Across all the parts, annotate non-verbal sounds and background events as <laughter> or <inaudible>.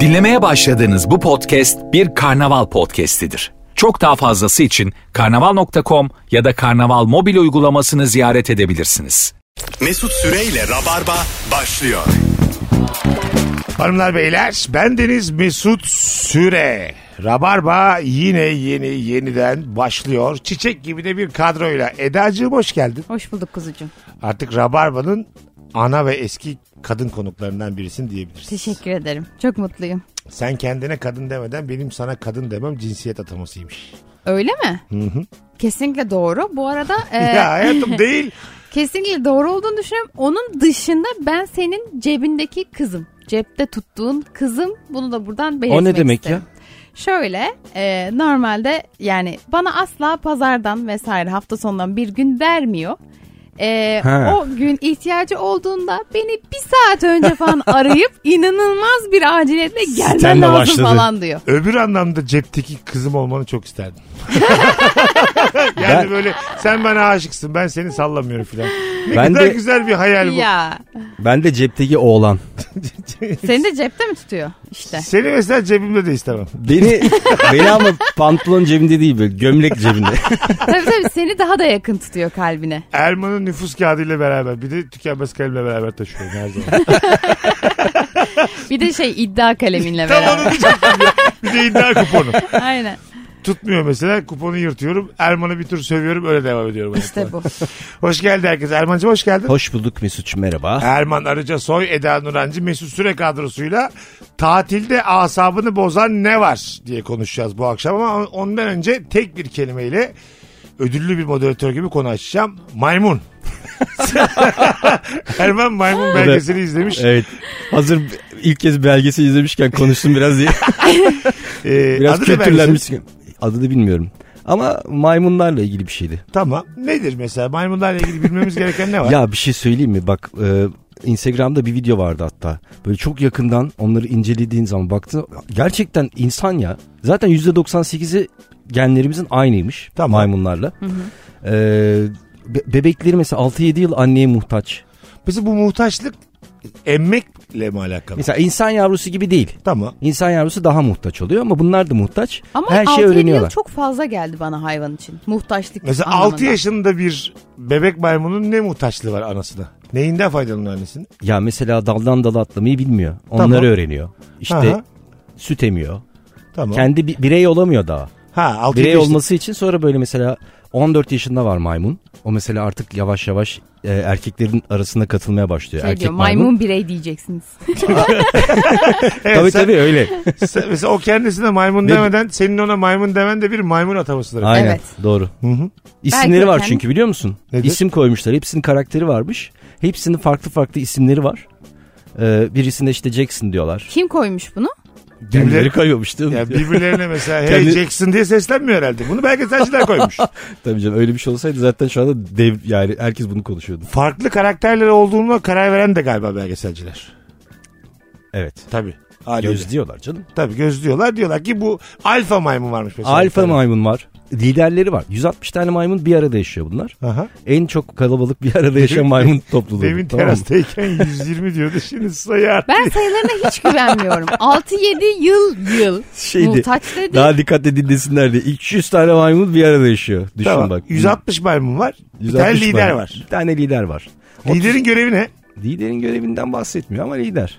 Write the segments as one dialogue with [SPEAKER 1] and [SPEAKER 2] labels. [SPEAKER 1] Dinlemeye başladığınız bu podcast bir karnaval podcastidir. Çok daha fazlası için karnaval.com ya da karnaval mobil uygulamasını ziyaret edebilirsiniz.
[SPEAKER 2] Mesut Süreyle Rabarba başlıyor.
[SPEAKER 3] Hanımlar beyler ben Deniz Mesut Süre. Rabarba yine yeni yeniden başlıyor. Çiçek gibi de bir kadroyla. Eda'cığım hoş geldin.
[SPEAKER 4] Hoş bulduk kuzucuğum.
[SPEAKER 3] Artık Rabarba'nın ana ve eski kadın konuklarından birisin diyebiliriz.
[SPEAKER 4] Teşekkür ederim. Çok mutluyum.
[SPEAKER 3] Sen kendine kadın demeden benim sana kadın demem cinsiyet atamasıymış.
[SPEAKER 4] Öyle mi? Kesinlikle doğru. Bu arada e,
[SPEAKER 5] <laughs>
[SPEAKER 3] Ya hayatım değil.
[SPEAKER 4] kesinlikle doğru olduğunu düşünüyorum. Onun dışında ben senin cebindeki kızım. Cepte tuttuğun kızım. Bunu da buradan belirtmek
[SPEAKER 5] O ne demek
[SPEAKER 4] isterim. Şöyle e, normalde yani bana asla pazardan vesaire hafta sonundan bir gün vermiyor. E,
[SPEAKER 5] Ha.
[SPEAKER 4] o gün ihtiyacı olduğunda beni bir saat önce
[SPEAKER 5] <laughs>
[SPEAKER 4] falan arayıp inanılmaz bir aciliyetle gelmen
[SPEAKER 5] Sistemle
[SPEAKER 4] lazım
[SPEAKER 5] başladı.
[SPEAKER 4] falan diyor.
[SPEAKER 3] Öbür anlamda cepteki kızım olmanı çok isterdim. yani
[SPEAKER 5] Ben-
[SPEAKER 3] böyle sen bana aşıksın ben seni sallamıyorum filan. Ne
[SPEAKER 5] Ben
[SPEAKER 3] kadar
[SPEAKER 5] de-
[SPEAKER 3] güzel bir hayal bu.
[SPEAKER 4] Ya
[SPEAKER 5] Ben de cepteki oğlan.
[SPEAKER 4] seni de cepte mi tutuyor işte?
[SPEAKER 3] Seni mesela cebimde de istemem.
[SPEAKER 5] Beni, <laughs> beni ama pantolon cebinde değil böyle gömlek cebinde.
[SPEAKER 4] tabii tabii seni daha da yakın tutuyor kalbine.
[SPEAKER 3] Erman'ın nüfus kağıdıyla beraber bir de tükenmez kalemle beraber taşıyorum her zaman.
[SPEAKER 4] Bir de şey iddia
[SPEAKER 3] <laughs>
[SPEAKER 4] kaleminle
[SPEAKER 3] Tam
[SPEAKER 4] beraber.
[SPEAKER 3] onu diyecektim ya. Bir de iddia kuponu.
[SPEAKER 4] Aynen.
[SPEAKER 3] Tutmuyor mesela kuponu yırtıyorum. Erman'ı bir tur sövüyorum öyle devam ediyorum.
[SPEAKER 4] İşte bu.
[SPEAKER 5] şey
[SPEAKER 3] Hoş geldi herkes. Erman'cığım hoş geldin.
[SPEAKER 5] <laughs> Hoş bulduk Mesut'cum merhaba.
[SPEAKER 3] Erman Arıca Soy, Eda Nurancı, Mesut Süre kadrosuyla tatilde asabını bozan ne var diye konuşacağız bu akşam ama ondan önce tek bir kelimeyle ödüllü bir moderatör gibi konu açacağım.
[SPEAKER 5] <laughs>
[SPEAKER 3] Maymun. Erman Maymun belgeseli izlemiş.
[SPEAKER 5] Evet. Hazır ilk kez belgesi izlemişken konuştum biraz <laughs> diye.
[SPEAKER 3] Ee,
[SPEAKER 5] Biraz
[SPEAKER 3] adı ne belgesel?
[SPEAKER 5] kültürlenmişsin. Adını bilmiyorum. Ama maymunlarla ilgili bir şeydi.
[SPEAKER 3] Tamam. Nedir mesela? Maymunlarla ilgili bilmemiz gereken ne var?
[SPEAKER 5] Ya bir şey söyleyeyim mi? Bak e, Instagram'da bir video vardı hatta. Böyle çok yakından onları incelediğin zaman baktın. Gerçekten insan ya. Zaten %98'i genlerimizin aynıymış.
[SPEAKER 3] Tamam.
[SPEAKER 5] Maymunlarla. E, be- bebekleri mesela 6-7 yıl anneye muhtaç.
[SPEAKER 3] Mesela bu muhtaçlık emmekle mi alakalı?
[SPEAKER 5] Mesela insan yavrusu gibi değil.
[SPEAKER 3] Tamam.
[SPEAKER 5] İnsan yavrusu daha muhtaç oluyor ama bunlar da muhtaç.
[SPEAKER 4] Ama
[SPEAKER 5] Her şeyi
[SPEAKER 4] 6-7 yıl
[SPEAKER 5] öğreniyorlar.
[SPEAKER 4] çok fazla geldi bana hayvan için. Muhtaçlık
[SPEAKER 3] Mesela
[SPEAKER 4] anlamında.
[SPEAKER 3] 6 yaşında bir bebek maymunun ne muhtaçlığı var anasına? Neyinden faydalanıyor annesinin?
[SPEAKER 5] Ya mesela daldan dala atlamayı bilmiyor. Onları
[SPEAKER 3] Tamam.
[SPEAKER 5] öğreniyor. İşte
[SPEAKER 3] Aha,
[SPEAKER 5] süt emiyor.
[SPEAKER 3] tamam.
[SPEAKER 5] Kendi bi- birey olamıyor daha.
[SPEAKER 3] ha, 6
[SPEAKER 5] Birey olması için sonra böyle mesela 14 yaşında var maymun. O mesela artık yavaş yavaş e, erkeklerin arasına katılmaya başlıyor.
[SPEAKER 4] Şey
[SPEAKER 5] Erkek
[SPEAKER 4] diyor, maymun. birey diyeceksiniz.
[SPEAKER 3] <laughs> Evet,
[SPEAKER 5] Tabii
[SPEAKER 3] sen-
[SPEAKER 5] tabii öyle.
[SPEAKER 3] sen- mesela o kendisine maymun
[SPEAKER 5] Ne-
[SPEAKER 3] demeden senin ona maymun demen de bir maymun atamasıdır.
[SPEAKER 5] Aynen
[SPEAKER 4] Evet.
[SPEAKER 5] doğru.
[SPEAKER 3] hı.
[SPEAKER 4] Belki
[SPEAKER 5] İsimleri var
[SPEAKER 4] efendim.
[SPEAKER 5] çünkü biliyor musun?
[SPEAKER 3] Nedir?
[SPEAKER 5] İsim koymuşlar. Hepsinin karakteri varmış. Hepsinin farklı farklı isimleri var. Ee, birisinde işte Jackson diyorlar.
[SPEAKER 4] Kim koymuş bunu?
[SPEAKER 5] Kendileri koyuyormuş değil mi?
[SPEAKER 3] Ya birbirlerine mesela hey
[SPEAKER 5] Kendi-
[SPEAKER 3] Jackson diye seslenmiyor herhalde. Bunu
[SPEAKER 5] <laughs>
[SPEAKER 3] belgeselciler koymuş.
[SPEAKER 5] <laughs> Tabii canım öyle bir şey olsaydı zaten şu anda dev yani herkes bunu konuşuyordu.
[SPEAKER 3] Farklı karakterler olduğuna karar veren de galiba belgeselciler.
[SPEAKER 5] Evet.
[SPEAKER 3] Tabii. Haliyle.
[SPEAKER 5] diyorlar canım.
[SPEAKER 3] Tabii gözlüyorlar. Diyorlar ki bu alfa maymun varmış mesela.
[SPEAKER 5] Alfa
[SPEAKER 3] Tabii.
[SPEAKER 5] maymun var. Liderleri var. 160 tane maymun bir arada yaşıyor bunlar.
[SPEAKER 3] Aha.
[SPEAKER 5] En çok kalabalık bir arada yaşayan maymun topluluğu.
[SPEAKER 3] Demin
[SPEAKER 5] tamam mı?
[SPEAKER 3] terastayken 120 diyordu şimdi sayı arttı.
[SPEAKER 4] Ben sayılarına hiç
[SPEAKER 3] <laughs>
[SPEAKER 4] güvenmiyorum. 6-7 yıl yıl.
[SPEAKER 5] Şeydi,
[SPEAKER 4] Muhtaç dedi.
[SPEAKER 5] Daha dikkatle dinlesinler diye. 200 tane maymun bir arada yaşıyor. Düşün
[SPEAKER 3] Tamam.
[SPEAKER 5] bak.
[SPEAKER 3] 160 maymun var. bir tane
[SPEAKER 5] 160
[SPEAKER 3] lider
[SPEAKER 5] maymun.
[SPEAKER 3] var.
[SPEAKER 5] Bir tane lider var.
[SPEAKER 3] Liderin görevi ne?
[SPEAKER 5] Liderin görevinden bahsetmiyor ama lider.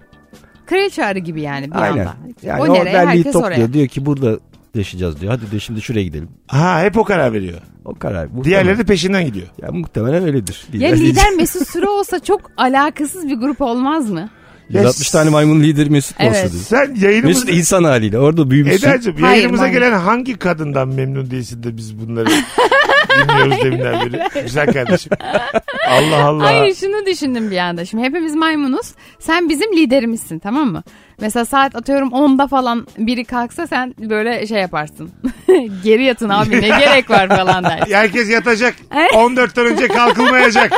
[SPEAKER 4] Kraliçe arı gibi yani bir
[SPEAKER 5] Aynen.
[SPEAKER 4] anda.
[SPEAKER 5] Yani
[SPEAKER 4] o nereye
[SPEAKER 5] derneği
[SPEAKER 4] herkes
[SPEAKER 5] topluyor.
[SPEAKER 4] oraya.
[SPEAKER 5] Diyor ki burada yaşayacağız diyor. Hadi diyor şimdi şuraya gidelim.
[SPEAKER 3] Ha hep o karar veriyor.
[SPEAKER 5] O karar.
[SPEAKER 3] Diğerleri de peşinden gidiyor.
[SPEAKER 5] Ya muhtemelen öyledir.
[SPEAKER 4] Ya lider Mesut Süre olsa çok alakasız bir grup olmaz mı?
[SPEAKER 5] 160 tane maymun lideri Mesut
[SPEAKER 4] Evet.
[SPEAKER 5] olsa diyor.
[SPEAKER 3] Sen yayınımız...
[SPEAKER 5] Mesut insan haliyle orada büyümüşsün.
[SPEAKER 3] Eda'cığım
[SPEAKER 4] Hayır,
[SPEAKER 3] yayınımıza
[SPEAKER 4] maymun.
[SPEAKER 3] gelen hangi kadından memnun değilsin de biz bunları <laughs> dinliyoruz deminden beri. Güzel kardeşim. Allah Allah.
[SPEAKER 4] Hayır şunu düşündüm bir anda. Şimdi hepimiz maymunuz. Sen bizim liderimizsin tamam mı? Mesela saat atıyorum 10'da falan biri kalksa sen böyle şey yaparsın. <laughs> Geri yatın abi <laughs> ne gerek var falan dersin.
[SPEAKER 3] Herkes yatacak. 14'ten önce
[SPEAKER 4] <laughs>
[SPEAKER 3] kalkılmayacak.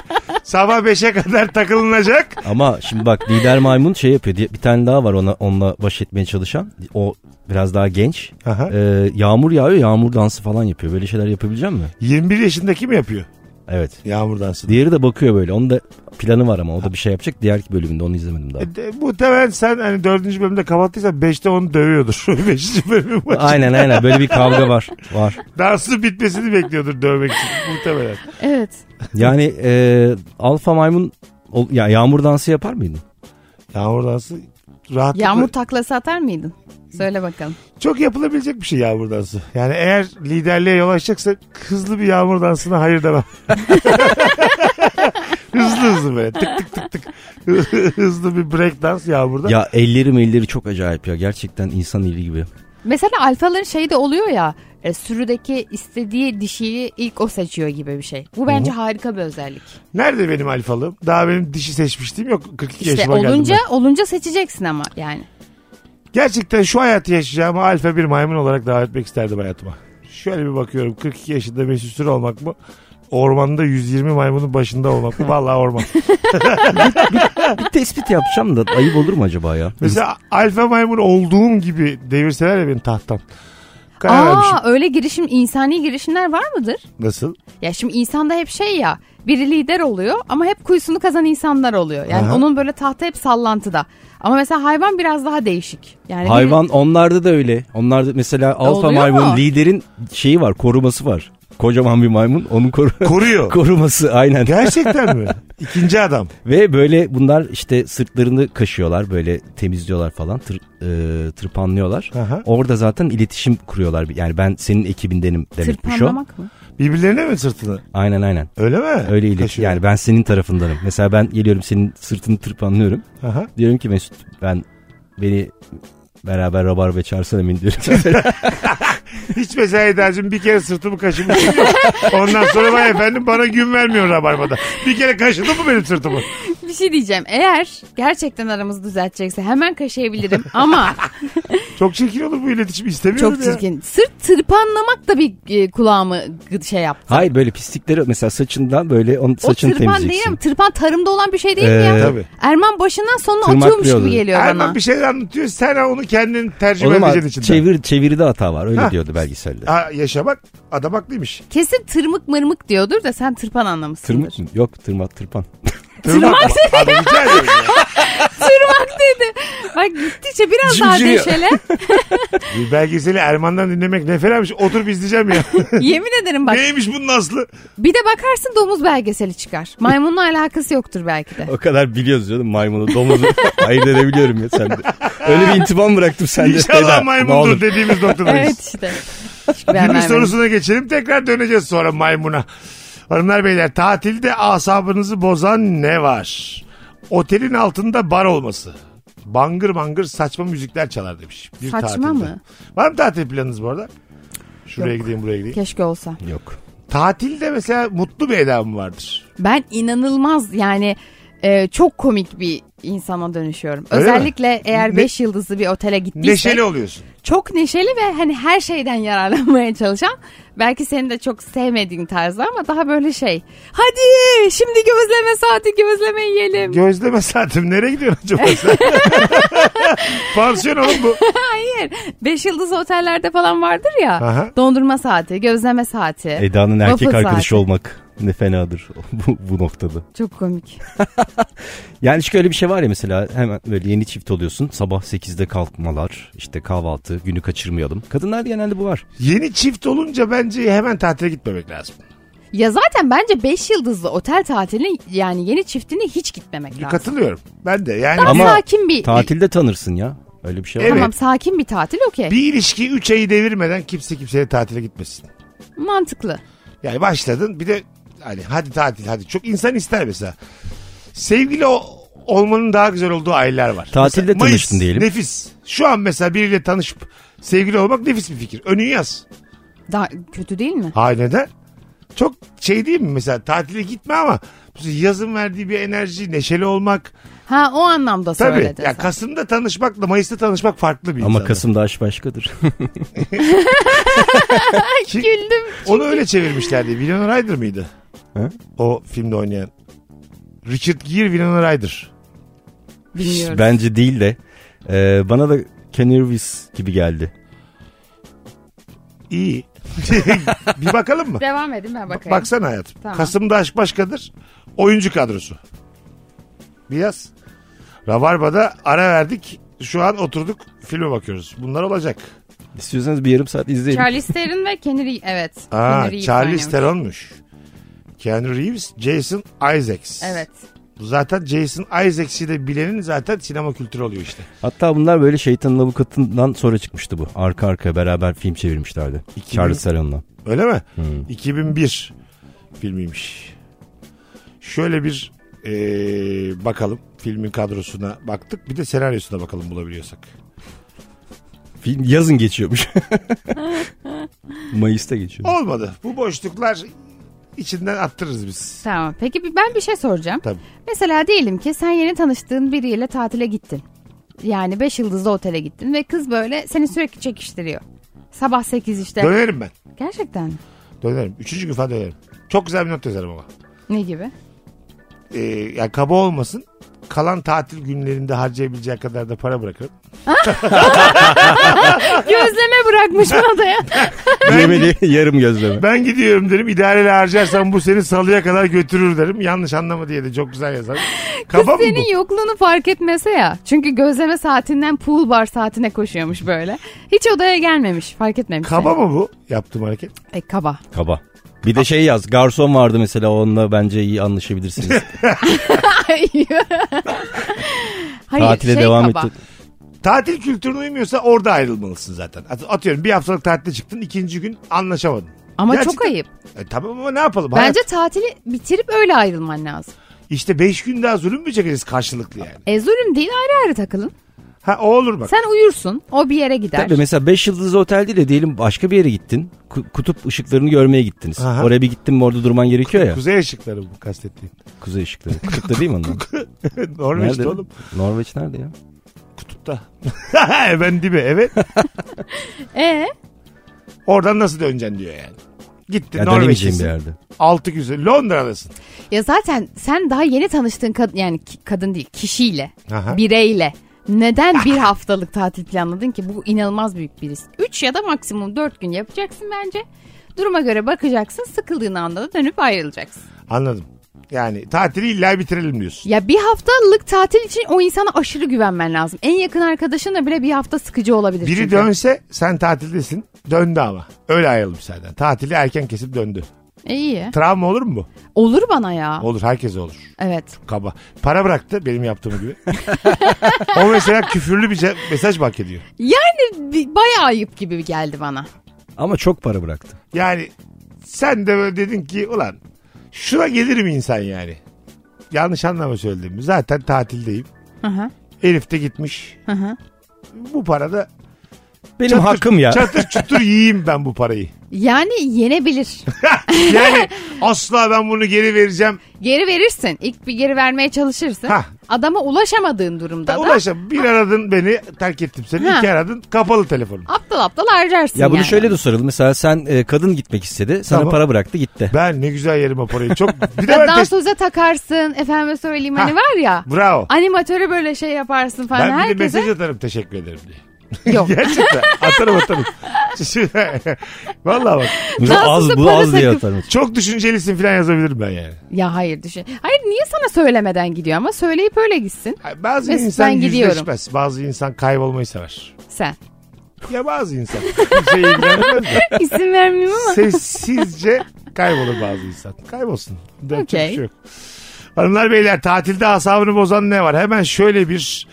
[SPEAKER 3] Sabah 5'e kadar takılınacak.
[SPEAKER 5] Ama şimdi bak lider maymun şey yapıyor. diye- Bir tane daha var ona onunla baş etmeye çalışan. O biraz daha genç.
[SPEAKER 3] Aha.
[SPEAKER 5] Ee, yağmur yağıyor yağmur dansı falan yapıyor. Böyle şeyler yapabilecek mi?
[SPEAKER 3] 21 yaşındaki mi yapıyor?
[SPEAKER 5] Evet.
[SPEAKER 3] Yağmurdan sınav.
[SPEAKER 5] Diğeri de bakıyor böyle. Onun da planı var ama o da bir şey yapacak. Diğer bölümünde onu izlemedim daha.
[SPEAKER 3] E, de- Muhtemelen sen hani dördüncü bölümde kapattıysan beşte onu dövüyordur. <laughs> Beşinci bölümün başı.
[SPEAKER 5] Aynen aynen böyle bir kavga var. Var.
[SPEAKER 3] Dansın bitmesini bekliyordur dövmek için muhtemelen.
[SPEAKER 4] Evet.
[SPEAKER 5] Yani e, alfa maymun ol- ya yağmur dansı yapar mıydın?
[SPEAKER 3] Yağmur dansı rahatlıkla.
[SPEAKER 4] Yağmur taklası atar mıydın? Söyle bakalım.
[SPEAKER 3] Çok yapılabilecek bir şey yağmur dansı. Yani eğer liderliğe yol açacaksa hızlı bir yağmur dansına hayır demem. <laughs> hızlı hızlı böyle tık tık tık tık. <laughs> hızlı bir break dans yağmurda.
[SPEAKER 5] Ya elleri elleri çok acayip ya. Gerçekten insan eli gibi.
[SPEAKER 4] Mesela alfaların şeyi de oluyor ya e, sürüdeki istediği dişiyi ilk o seçiyor gibi bir şey. Bu bence harika bir özellik.
[SPEAKER 3] Nerede benim alfalığım? Daha benim dişi seçmiştim yok 42
[SPEAKER 4] İşte
[SPEAKER 3] yaşıma geldim
[SPEAKER 4] olunca
[SPEAKER 3] ben.
[SPEAKER 4] olunca seçeceksin ama yani.
[SPEAKER 3] Gerçekten şu hayatı yaşayacağımı alfa bir maymun olarak davet etmek isterdim hayatıma. Şöyle bir bakıyorum 42 yaşında Mesut Süre olmak mı? Ormanda 120 maymunun başında olmak mı? Vallahi orman.
[SPEAKER 5] Bir tespit yapacağım da ayıp olur mu acaba ya?
[SPEAKER 3] Mesela alfa maymun olduğum gibi devirseler ya beni tahttan. Karar vermişim.
[SPEAKER 4] Aa öyle girişim insani girişimler var mıdır?
[SPEAKER 3] Nasıl?
[SPEAKER 4] Ya şimdi insanda hep şey ya biri lider oluyor ama hep kuyusunu kazan insanlar oluyor. Yani
[SPEAKER 3] Aha.
[SPEAKER 4] onun böyle tahta hep sallantıda. Ama mesela hayvan biraz daha değişik. Yani biri-
[SPEAKER 5] Hayvan onlarda da öyle. Onlarda mesela alfa
[SPEAKER 4] Hani oluyor
[SPEAKER 5] maymun
[SPEAKER 4] mu?
[SPEAKER 5] liderin şeyi var koruması var. Kocaman bir maymun onun koru
[SPEAKER 3] <laughs> Koruyor.
[SPEAKER 5] koruması aynen.
[SPEAKER 3] Gerçekten mi? İkinci adam.
[SPEAKER 5] Ve böyle bunlar işte sırtlarını kaşıyorlar böyle temizliyorlar falan tır, e, tırpanlıyorlar.
[SPEAKER 3] Aha.
[SPEAKER 5] Orada zaten iletişim kuruyorlar. Yani ben senin ekibindenim demekmiş o.
[SPEAKER 4] tırpanlamak mı? <laughs>
[SPEAKER 3] Birbirlerine mi sırtını?
[SPEAKER 5] Aynen aynen.
[SPEAKER 3] Öyle mi?
[SPEAKER 5] Öyle iletişim.
[SPEAKER 3] Taşıyor.
[SPEAKER 5] Yani ben senin tarafındanım. Mesela ben geliyorum senin sırtını tırpanlıyorum.
[SPEAKER 3] Aha.
[SPEAKER 5] Diyorum ki Mesut ben beni beraber rabarba çağırsana beni diyorum.
[SPEAKER 3] Hiç mesela Eda'cığım bir kere sırtımı kaşımışım yok. Ondan sonra vay efendim bana gün vermiyor rabarbada. Bir kere kaşıdın mı benim sırtımı?
[SPEAKER 4] Bir şey diyeceğim. Eğer gerçekten aramızı düzeltecekse hemen
[SPEAKER 5] <laughs>
[SPEAKER 4] kaşıyabilirim ama
[SPEAKER 3] Çok çirkin olur bu iletişim istemiyorum
[SPEAKER 4] çok
[SPEAKER 3] ya.
[SPEAKER 4] çirkin. Sırt tırpanlamak da bir e, kulağımı gı- şey yaptı.
[SPEAKER 5] Hayır böyle pislikleri mesela saçından böyle onun
[SPEAKER 4] O
[SPEAKER 5] saçını
[SPEAKER 4] tırpan
[SPEAKER 5] temizleyeceksin.
[SPEAKER 4] değil ama tırpan tarımda olan bir şey değil mi ya?
[SPEAKER 5] Ee,
[SPEAKER 3] Tabii.
[SPEAKER 4] Erman başından sonuna atıyormuş gibi
[SPEAKER 5] Tırmaklıyordu.
[SPEAKER 4] geliyor bana.
[SPEAKER 3] Erman
[SPEAKER 5] şey-
[SPEAKER 3] bir şeyler anlatıyor. Sen onu kendin
[SPEAKER 5] O
[SPEAKER 3] tercüme
[SPEAKER 5] zaman
[SPEAKER 3] edeceksin içinden.
[SPEAKER 5] çevir, çeviride hata var öyle
[SPEAKER 3] Ha.
[SPEAKER 5] diyordu belgeselde.
[SPEAKER 3] Ha, yaşa bak adam haklıymış.
[SPEAKER 4] Kesin tırmık mırmık diyordur da sen tırpan anlamışsındır.
[SPEAKER 5] Tırmık mı? Yok tırma tırpan.
[SPEAKER 3] Tırnak mı? Abi rica ediyorum ya.
[SPEAKER 4] Bak gittikçe biraz daha
[SPEAKER 5] Cimciriyor.
[SPEAKER 4] deşele.
[SPEAKER 5] <laughs>
[SPEAKER 3] Bir belgeseli Erman'dan dinlemek ne felamış. Oturup izleyeceğim
[SPEAKER 5] <laughs>
[SPEAKER 3] ya.
[SPEAKER 4] Yemin ederim bak.
[SPEAKER 3] Neymiş bunun aslı?
[SPEAKER 4] Bir de bakarsın domuz belgeseli çıkar. Maymunla alakası yoktur belki de.
[SPEAKER 5] O kadar biliyoruz canım maymunu domuzu
[SPEAKER 3] <laughs>
[SPEAKER 5] ayırt edebiliyorum ya sende. Öyle bir intibam bıraktım sende.
[SPEAKER 3] İnşallah
[SPEAKER 5] Eda, ne olur.
[SPEAKER 3] maymundur dediğimiz noktadayız.
[SPEAKER 4] evet işte. Hiçbir haber
[SPEAKER 3] Günün
[SPEAKER 4] vermedim.
[SPEAKER 3] sorusuna geçelim tekrar döneceğiz sonra maymuna. Hanımlar beyler tatilde asabınızı bozan ne var? Otelin altında bar olması. Bangır bangır saçma müzikler çalar demiş. Bir
[SPEAKER 4] Saçma
[SPEAKER 3] tatilde.
[SPEAKER 4] mı?
[SPEAKER 3] Var mı tatil planınız bu arada? Şuraya gideyim buraya gideyim.
[SPEAKER 4] Keşke olsa.
[SPEAKER 5] Yok.
[SPEAKER 3] Tatilde mesela mutlu bir edamı vardır.
[SPEAKER 4] Ben inanılmaz yani e, çok komik bir insana dönüşüyorum.
[SPEAKER 3] Öyle mi?
[SPEAKER 4] Özellikle eğer
[SPEAKER 3] Ne-
[SPEAKER 4] 5 yıldızlı bir otele gittiysek
[SPEAKER 3] Neşeli oluyorsun.
[SPEAKER 4] çok neşeli ve hani her şeyden yararlanmaya çalışan belki senin de çok sevmediğin tarzda ama daha böyle şey. Hadi şimdi gözleme saati gözleme yiyelim.
[SPEAKER 3] Gözleme saatim nereye gidiyorsun acaba sen? Pansiyon oğlum bu.
[SPEAKER 4] Hayır. Beş yıldız otellerde falan vardır ya.
[SPEAKER 3] Aha.
[SPEAKER 4] Dondurma saati, gözleme saati.
[SPEAKER 5] Eda'nın
[SPEAKER 4] waffle
[SPEAKER 5] erkek arkadaşı
[SPEAKER 4] saati.
[SPEAKER 5] olmak ne fenadır <laughs> bu, bu noktada.
[SPEAKER 4] Çok komik.
[SPEAKER 5] Yani çünkü öyle bir şey var ya mesela hemen böyle yeni çift oluyorsun. Sabah 8'de kalkmalar, işte kahvaltı, günü kaçırmayalım. Kadınlarda genelde bu var.
[SPEAKER 3] Yeni çift olunca bence hemen tatile gitmemek lazım.
[SPEAKER 4] Ya zaten bence beş yıldızlı otel tatilinin yani yeni çiftine hiç gitmemek lazım.
[SPEAKER 3] Katılıyorum. Ben de yani.
[SPEAKER 4] Daha
[SPEAKER 5] Ama
[SPEAKER 4] sakin bir
[SPEAKER 5] Tatilde tanırsın ya. Öyle bir şey var.
[SPEAKER 3] Evet.
[SPEAKER 4] Tamam sakin bir tatil okey.
[SPEAKER 3] Bir ilişki 3 ayı devirmeden kimse kimseye tatile gitmesin.
[SPEAKER 4] Mantıklı.
[SPEAKER 3] Yani başladın bir de hani hadi tatil hadi çok insan ister mesela. Sevgili o- olmanın daha güzel olduğu aylar var.
[SPEAKER 5] Tatilde
[SPEAKER 3] Mesela Mayıs,
[SPEAKER 5] tanıştın diyelim.
[SPEAKER 3] Nefis. Şu an mesela biriyle tanışıp sevgili olmak nefis bir fikir. Önünü yaz.
[SPEAKER 4] Daha kötü değil mi?
[SPEAKER 3] Ha neden? Çok şey değil mi mesela tatile gitme ama mesela yazın verdiği bir enerji, neşeli olmak.
[SPEAKER 4] Ha o anlamda
[SPEAKER 3] Tabii.
[SPEAKER 4] söyledin.
[SPEAKER 3] Ya
[SPEAKER 4] sen.
[SPEAKER 3] Kasım'da tanışmakla Mayıs'ta tanışmak farklı bir
[SPEAKER 5] Ama
[SPEAKER 3] insanda.
[SPEAKER 5] Kasım'da aşk başkadır.
[SPEAKER 3] Kim-
[SPEAKER 4] Güldüm.
[SPEAKER 3] Onu öyle çevirmişlerdi. Winona Ryder mıydı?
[SPEAKER 5] He?
[SPEAKER 3] O filmde oynayan. Richard Gere, Winona Ryder.
[SPEAKER 4] Bilmiyorum.
[SPEAKER 5] Bence değil de. e, bana da Kenirvis gibi geldi.
[SPEAKER 3] İyi. <laughs> bir bakalım mı?
[SPEAKER 4] Devam edin ben bakayım.
[SPEAKER 3] Baksana hayatım.
[SPEAKER 4] Tamam.
[SPEAKER 3] Kasım'da aşk başkadır. Oyuncu kadrosu. Bir yaz. Rabarba'da ara verdik. Şu an oturduk filme bakıyoruz. Bunlar olacak.
[SPEAKER 5] İstiyorsanız bir yarım saat izleyelim.
[SPEAKER 4] Charlize Theron ve Keanu Reeves. Evet.
[SPEAKER 3] Aa,
[SPEAKER 4] Keanu Reeves
[SPEAKER 3] Charlize
[SPEAKER 4] oynamış.
[SPEAKER 3] Theron'muş. Keanu Reeves, Jason Isaacs.
[SPEAKER 4] Evet.
[SPEAKER 3] Bu Zaten Jason Isaacs'i de bilenin zaten sinema kültürü oluyor işte.
[SPEAKER 5] Hatta bunlar böyle şeytanın avukatından sonra çıkmıştı bu. Arka arka beraber film çevirmişlerdi.
[SPEAKER 3] İki
[SPEAKER 5] Charles Theron'la.
[SPEAKER 3] Öyle mi? 2001 filmiymiş. Şöyle bir eee, bakalım filmin kadrosuna baktık. Bir de senaryosuna bakalım bulabiliyorsak.
[SPEAKER 5] Film yazın geçiyormuş. Mayıs'ta geçiyor.
[SPEAKER 3] Olmadı. Bu boşluklar içinden attırırız biz.
[SPEAKER 4] Tamam. Peki bir- ben bir şey soracağım.
[SPEAKER 3] Tabii.
[SPEAKER 4] Mesela diyelim ki sen yeni tanıştığın biriyle tatile gittin. Yani 5 yıldızlı otele gittin ve kız böyle seni sürekli çekiştiriyor. Sabah 8 işte.
[SPEAKER 3] Dönerim ben.
[SPEAKER 4] Gerçekten mi?
[SPEAKER 3] Dönerim. Üçüncü gün falan dönerim. Çok güzel bir not yazarım ama. <laughs>
[SPEAKER 4] Ne gibi?
[SPEAKER 3] Eee e, yani kaba olmasın. Kalan tatil günlerinde harcayabileceği kadar da para bırakırım.
[SPEAKER 4] Gözleme bırakmış
[SPEAKER 3] <laughs>
[SPEAKER 4] odaya.
[SPEAKER 5] Yemeli yarım gözleme.
[SPEAKER 3] Ben gidiyorum derim. İdareyle harcarsan bu seni salıya kadar götürür derim. Yanlış anlama diye de çok güzel
[SPEAKER 4] <laughs>
[SPEAKER 3] yazarım. Kaba mı bu?
[SPEAKER 4] Senin yokluğunu fark etmese ya. Çünkü gözleme saatinden pool bar saatine koşuyormuş böyle. Hiç odaya gelmemiş. Fark etmemiş.
[SPEAKER 3] Kaba mı bu yaptığım hareket?
[SPEAKER 4] E, kaba. <laughs>
[SPEAKER 5] Kaba. Bir de şey yaz. Garson vardı mesela onunla bence iyi anlaşabilirsiniz.
[SPEAKER 4] Hayır,
[SPEAKER 5] Tatile
[SPEAKER 4] şey
[SPEAKER 5] devam
[SPEAKER 4] kaba.
[SPEAKER 5] et.
[SPEAKER 3] Tatil kültürüne uymuyorsa orada ayrılmalısın zaten. At- Atıyorum bir haftalık tatilde çıktın ikinci gün anlaşamadın.
[SPEAKER 4] Ama çok
[SPEAKER 3] Gerçekten-
[SPEAKER 4] ayıp.
[SPEAKER 3] E, tamam ama ne yapalım?
[SPEAKER 4] Bence
[SPEAKER 3] Bence...
[SPEAKER 4] tatili bitirip öyle ayrılman lazım.
[SPEAKER 3] İşte beş gün daha zulüm mü çekeriz karşılıklı yani?
[SPEAKER 4] E zulüm değil ayrı ayrı takılın.
[SPEAKER 3] Ha o olur bak.
[SPEAKER 4] Sen uyursun. O bir yere gider.
[SPEAKER 5] Tabii mesela 5 yıldızlı otel değil de diyelim başka bir yere gittin. Ku- Kutup ışıklarını görmeye gittiniz.
[SPEAKER 3] Aha.
[SPEAKER 5] Oraya bir gittin mi orada durman gerekiyor ya.
[SPEAKER 3] Kuzey ışıkları bu kastettiğim.
[SPEAKER 5] Kuzey ışıkları. Kutupta değil mi
[SPEAKER 3] <laughs>
[SPEAKER 5] onlar?
[SPEAKER 3] Norveç'te
[SPEAKER 5] Nerede?
[SPEAKER 3] oğlum.
[SPEAKER 5] Norveç nerede ya?
[SPEAKER 3] Kutupta. <laughs> ben dibe evet.
[SPEAKER 4] E
[SPEAKER 3] Oradan nasıl döneceksin diyor yani. Gittin
[SPEAKER 5] Ya dönemeyeceğim bir
[SPEAKER 3] Norveç'tesin.
[SPEAKER 5] yerde.
[SPEAKER 3] Altı güzel. Londra'dasın.
[SPEAKER 4] ya zaten sen daha yeni tanıştığın kadın yani ki- kadın değil kişiyle,
[SPEAKER 3] Aha.
[SPEAKER 4] bireyle neden bir haftalık tatil planladın ki? Bu inanılmaz büyük bir risk. 3 ya da maksimum 4 gün yapacaksın bence. Duruma göre bakacaksın. Sıkıldığın anda da dönüp ayrılacaksın.
[SPEAKER 3] Anladım. Yani tatili illa bitirelim diyorsun.
[SPEAKER 4] Ya bir haftalık tatil için o insana aşırı güvenmen lazım. En yakın arkadaşınla bile bir hafta sıkıcı olabilir.
[SPEAKER 3] Biri
[SPEAKER 4] çünkü.
[SPEAKER 3] dönse sen tatildesin. Döndü ama. Öyle ayrılmış senden. Tatili erken kesip döndü.
[SPEAKER 4] E, iyi.
[SPEAKER 3] Travma olur mu bu?
[SPEAKER 4] Olur bana ya.
[SPEAKER 3] Olur herkes olur.
[SPEAKER 4] Evet.
[SPEAKER 3] Kaba. Para bıraktı benim yaptığım gibi. o mesela küfürlü bir ce- mesaj bak ediyor.
[SPEAKER 4] Yani bi- bayağı ayıp gibi geldi bana.
[SPEAKER 5] Ama çok para bıraktı.
[SPEAKER 3] Yani sen de böyle dedin ki ulan şuna gelir mi insan yani? Yanlış anlama söyledim. Zaten tatildeyim.
[SPEAKER 4] Hı hı.
[SPEAKER 3] Elif de gitmiş.
[SPEAKER 4] Hı hı.
[SPEAKER 3] Bu parada
[SPEAKER 5] Benim
[SPEAKER 3] çatır,
[SPEAKER 5] hakkım ya.
[SPEAKER 3] çatır çutur yiyeyim ben bu parayı.
[SPEAKER 4] Yani
[SPEAKER 3] <laughs>
[SPEAKER 4] yenebilir.
[SPEAKER 3] Yani asla ben bunu geri vereceğim.
[SPEAKER 4] Geri verirsin. İlk bir geri vermeye çalışırsın.
[SPEAKER 3] Hah.
[SPEAKER 4] Adama ulaşamadığın durumda da
[SPEAKER 3] Ulaşa bir aradın beni terk ettim seni.
[SPEAKER 4] Ha.
[SPEAKER 3] iki aradın kapalı telefonum.
[SPEAKER 4] aptal aptal harcarsın
[SPEAKER 5] Ya bunu
[SPEAKER 4] yani.
[SPEAKER 5] şöyle de soralım. Mesela sen e, kadın gitmek istedi. Sana
[SPEAKER 3] Tamam.
[SPEAKER 5] para bıraktı gitti.
[SPEAKER 3] Ben ne güzel yerim o parayı.
[SPEAKER 4] <laughs>
[SPEAKER 3] Çok bir de
[SPEAKER 4] Ya
[SPEAKER 3] ben
[SPEAKER 4] dans
[SPEAKER 3] test-
[SPEAKER 4] söze takarsın. Efendime söyleyeyim
[SPEAKER 3] Ha.
[SPEAKER 4] hani var ya.
[SPEAKER 3] Bravo.
[SPEAKER 4] Animatörü böyle şey yaparsın falan.
[SPEAKER 3] Ben bir de
[SPEAKER 4] Herkese
[SPEAKER 3] mesaj atarım teşekkür ederim diye. <laughs>
[SPEAKER 4] <laughs> yok.
[SPEAKER 3] Gerçekten atarım
[SPEAKER 5] <laughs>
[SPEAKER 3] atarım. <laughs> Vallahi bak
[SPEAKER 5] Mesela
[SPEAKER 4] Daha
[SPEAKER 5] az
[SPEAKER 4] sonra
[SPEAKER 5] bu
[SPEAKER 4] para
[SPEAKER 5] az diye
[SPEAKER 4] takıp-
[SPEAKER 5] atarım.
[SPEAKER 3] çok düşüncelisin falan yazabilirim ben yani.
[SPEAKER 4] Ya hayır düşün. Hayır niye sana söylemeden gidiyor ama söyleyip öyle gitsin
[SPEAKER 3] Ay, Bazı
[SPEAKER 4] Mesut,
[SPEAKER 3] insan
[SPEAKER 4] ben gidiyorum.
[SPEAKER 3] yüzleşmez. Bazı insan kaybolmayı sever.
[SPEAKER 4] sen. <laughs>
[SPEAKER 3] Ya bazı insan. şey Kimseyi ilgilendirmez de.
[SPEAKER 4] İsim vermeyeyim
[SPEAKER 3] <laughs>
[SPEAKER 4] ama.
[SPEAKER 3] Sessizce kaybolur bazı insan. Kaybolsun. Yapacak
[SPEAKER 4] Okey.
[SPEAKER 3] bir şey yok. Hanımlar beyler tatilde asabını bozan ne var? Hemen şöyle bir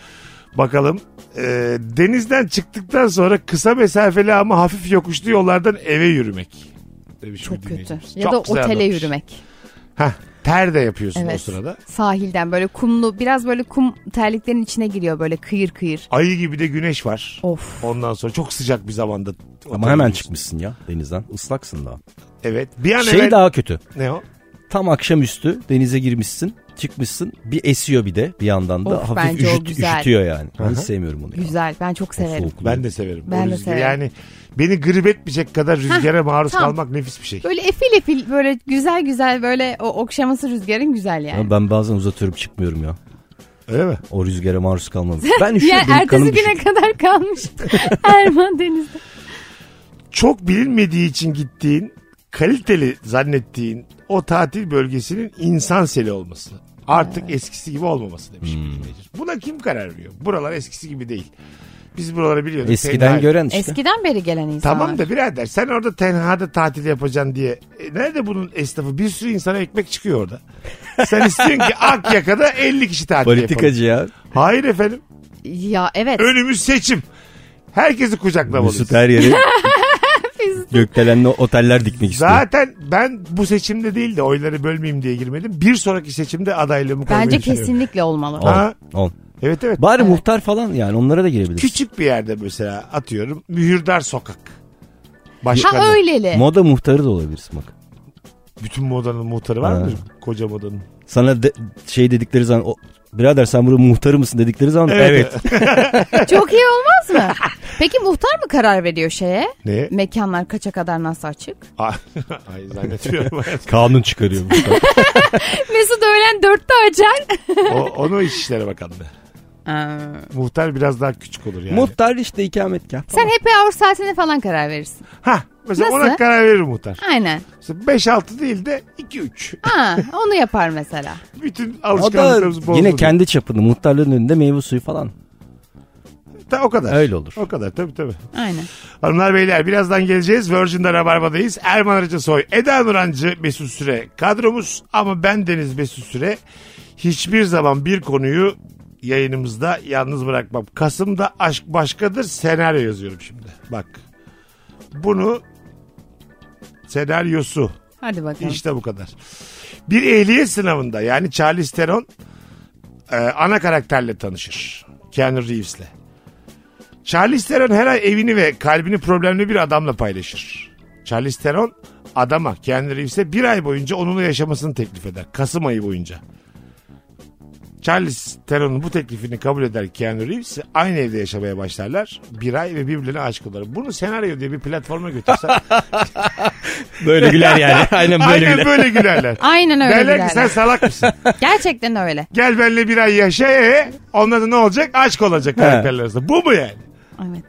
[SPEAKER 3] bakalım. Ee, denizden çıktıktan sonra kısa mesafeli ama hafif yokuşlu yollardan eve yürümek. Demiş bir
[SPEAKER 4] Çok kötü.
[SPEAKER 3] dinleyicimiz.
[SPEAKER 4] Ya
[SPEAKER 3] Çok
[SPEAKER 4] da
[SPEAKER 3] güzel
[SPEAKER 4] otele
[SPEAKER 3] anlatmış.
[SPEAKER 4] yürümek.
[SPEAKER 3] Hah, ter de yapıyorsun o
[SPEAKER 4] Evet.
[SPEAKER 3] sırada.
[SPEAKER 4] Sahilden böyle kumlu biraz böyle kum terliklerin içine giriyor böyle kıyır kıyır.
[SPEAKER 3] Ayı gibi de güneş var.
[SPEAKER 4] Of.
[SPEAKER 3] Ondan sonra çok sıcak bir zamanda.
[SPEAKER 5] Ama hemen
[SPEAKER 3] otobüs.
[SPEAKER 5] çıkmışsın ya denizden. Islaksın daha.
[SPEAKER 3] Evet. Bir an
[SPEAKER 5] Şey
[SPEAKER 3] evvel-
[SPEAKER 5] daha kötü.
[SPEAKER 3] Ne o?
[SPEAKER 5] Tam akşamüstü denize girmişsin. Çıkmışsın. Bir esiyor bir de bir yandan da.
[SPEAKER 4] Of,
[SPEAKER 5] Hafif
[SPEAKER 4] bence o
[SPEAKER 5] üşüt-
[SPEAKER 4] güzel.
[SPEAKER 5] üşütüyor yani. Ben hiç sevmiyorum onu. ya.
[SPEAKER 4] Güzel ben çok
[SPEAKER 5] O
[SPEAKER 4] severim.
[SPEAKER 5] soğukluğu.
[SPEAKER 3] Ben de severim.
[SPEAKER 4] Ben
[SPEAKER 3] O
[SPEAKER 4] de
[SPEAKER 3] rüzgar-
[SPEAKER 4] severim.
[SPEAKER 3] Yani beni grip etmeyecek kadar rüzgara maruz
[SPEAKER 4] tam.
[SPEAKER 3] kalmak nefis bir şey.
[SPEAKER 4] Böyle efil efil böyle güzel güzel böyle o okşaması rüzgarın güzel yani.
[SPEAKER 5] Ama ben bazen uzatıyorum çıkmıyorum ya.
[SPEAKER 3] Öyle mi?
[SPEAKER 5] O rüzgara
[SPEAKER 4] <laughs>
[SPEAKER 5] maruz kalmam. Ben
[SPEAKER 4] Ya
[SPEAKER 5] üşüyorum. benim
[SPEAKER 4] ertesi
[SPEAKER 5] kanım
[SPEAKER 4] güne
[SPEAKER 5] düşük.
[SPEAKER 4] kadar kalmış Erman Deniz'de.
[SPEAKER 3] çok bilinmediği için gittiğin, kaliteli zannettiğin o tatil bölgesinin insan seli olması. Artık eskisi gibi olmaması demiş.
[SPEAKER 5] Hmm.
[SPEAKER 3] dinleyicimiz. Buna kim karar veriyor? Buralar eskisi gibi değil. Biz buraları biliyorduk.
[SPEAKER 5] Eskiden
[SPEAKER 3] Tenha-
[SPEAKER 5] gören işte.
[SPEAKER 4] Eskiden beri gelen insanlar.
[SPEAKER 3] Tamam da birader sen orada tenhada tatil yapacaksın diye. E, nerede bunun esnafı? Bir sürü insana ekmek çıkıyor orada. Sen istiyorsun
[SPEAKER 5] <laughs>
[SPEAKER 3] ki Akyaka'da 50 kişi tatil yapalım.
[SPEAKER 5] Politikacı ya.
[SPEAKER 3] Hayır efendim.
[SPEAKER 4] Ya evet.
[SPEAKER 3] Önümüz seçim. Herkesi
[SPEAKER 5] Mesut
[SPEAKER 3] kucaklamalıyız.
[SPEAKER 5] her yeri
[SPEAKER 4] <laughs>
[SPEAKER 5] gökdelenli oteller dikmek istiyor.
[SPEAKER 3] Zaten ben bu seçimde değil de oyları bölmeyeyim diye girmedim. Bir sonraki seçimde adaylığımı koymayı
[SPEAKER 4] Bence
[SPEAKER 3] düşünüyorum.
[SPEAKER 4] kesinlikle olmalı.
[SPEAKER 5] Ol,
[SPEAKER 3] Ha?
[SPEAKER 5] ol.
[SPEAKER 3] Evet evet.
[SPEAKER 5] Bari muhtar falan yani onlara da girebilir.
[SPEAKER 3] Küçük bir yerde mesela atıyorum Mühürdar Sokak. Başkanı.
[SPEAKER 4] Ha öyleli.
[SPEAKER 5] Moda muhtarı da olabilirsin bak.
[SPEAKER 3] Bütün modanın muhtarı var mı?
[SPEAKER 5] Ha.
[SPEAKER 3] Koca modanın.
[SPEAKER 5] Sana de- şey dedikleri zaman o, birader sen buranın muhtarı mısın dedikleri zaman evet.
[SPEAKER 4] Çok iyi olmaz mı? Peki muhtar mı karar veriyor şeye?
[SPEAKER 5] <laughs>
[SPEAKER 3] Ne?
[SPEAKER 4] Mekanlar kaça kadar nasıl açık?
[SPEAKER 3] Ay zannetmiyorum.
[SPEAKER 5] Kanun çıkarıyor muhtar.
[SPEAKER 4] Mesut öğlen dörtte açar.
[SPEAKER 3] o, onu İçişleri Bakanlığı. Muhtar biraz daha küçük olur yani.
[SPEAKER 5] muhtar işte ikametgah.
[SPEAKER 4] Sen happy hour saatine falan karar verirsin.
[SPEAKER 3] ha, mesela
[SPEAKER 4] Nasıl?
[SPEAKER 3] ona karar verir muhtar.
[SPEAKER 4] Aynen.
[SPEAKER 3] Mesela 5-6 değil de 2-3.
[SPEAKER 4] Ha, onu yapar mesela.
[SPEAKER 3] Bütün
[SPEAKER 5] O da
[SPEAKER 3] alışkanlıklarımız bozuldu.
[SPEAKER 5] yine kendi çapında muhtarlığın önünde meyve suyu falan.
[SPEAKER 3] Ta- o kadar.
[SPEAKER 5] Öyle olur.
[SPEAKER 3] O kadar tabii tabii.
[SPEAKER 4] Aynen.
[SPEAKER 3] Hanımlar beyler birazdan geleceğiz. Virgin'de Rabarba'dayız. Erman Arıca Soy, Eda Nurancı, Mesut Süre kadromuz. Ama ben Deniz Mesut Süre hiçbir zaman bir konuyu yayınımızda yalnız bırakmam. Kasım'da aşk başkadır senaryo yazıyorum şimdi. Bak bunu senaryosu
[SPEAKER 4] Hadi bakalım.
[SPEAKER 3] işte bu kadar. Bir ehliyet sınavında yani Charlize Theron e, ana karakterle tanışır. Keanu Reeves'le. Charlize Theron her ay evini ve kalbini problemli bir adamla paylaşır. Charlize Theron adama Keanu Reeves'e bir ay boyunca onunla yaşamasını teklif eder. Kasım ayı boyunca. Charles Theron'un bu teklifini kabul eder Keanu Reeves. Aynı evde yaşamaya başlarlar. Bir ay ve birbirlerine aşık olurlar. Bunu senaryo diye bir platforma götürsen. <laughs>
[SPEAKER 5] Böyle güler yani. Aynen
[SPEAKER 3] aynen böyle gülerler.
[SPEAKER 4] <laughs> Aynen öyle.
[SPEAKER 3] Derler
[SPEAKER 4] Bilal.
[SPEAKER 3] ki sen salak mısın?
[SPEAKER 4] Gerçekten öyle.
[SPEAKER 3] Gel benimle bir ay yaşa e. Ondan sonra ne olacak? Aşk olacak karakterler arasında. Bu mu yani?
[SPEAKER 4] Evet.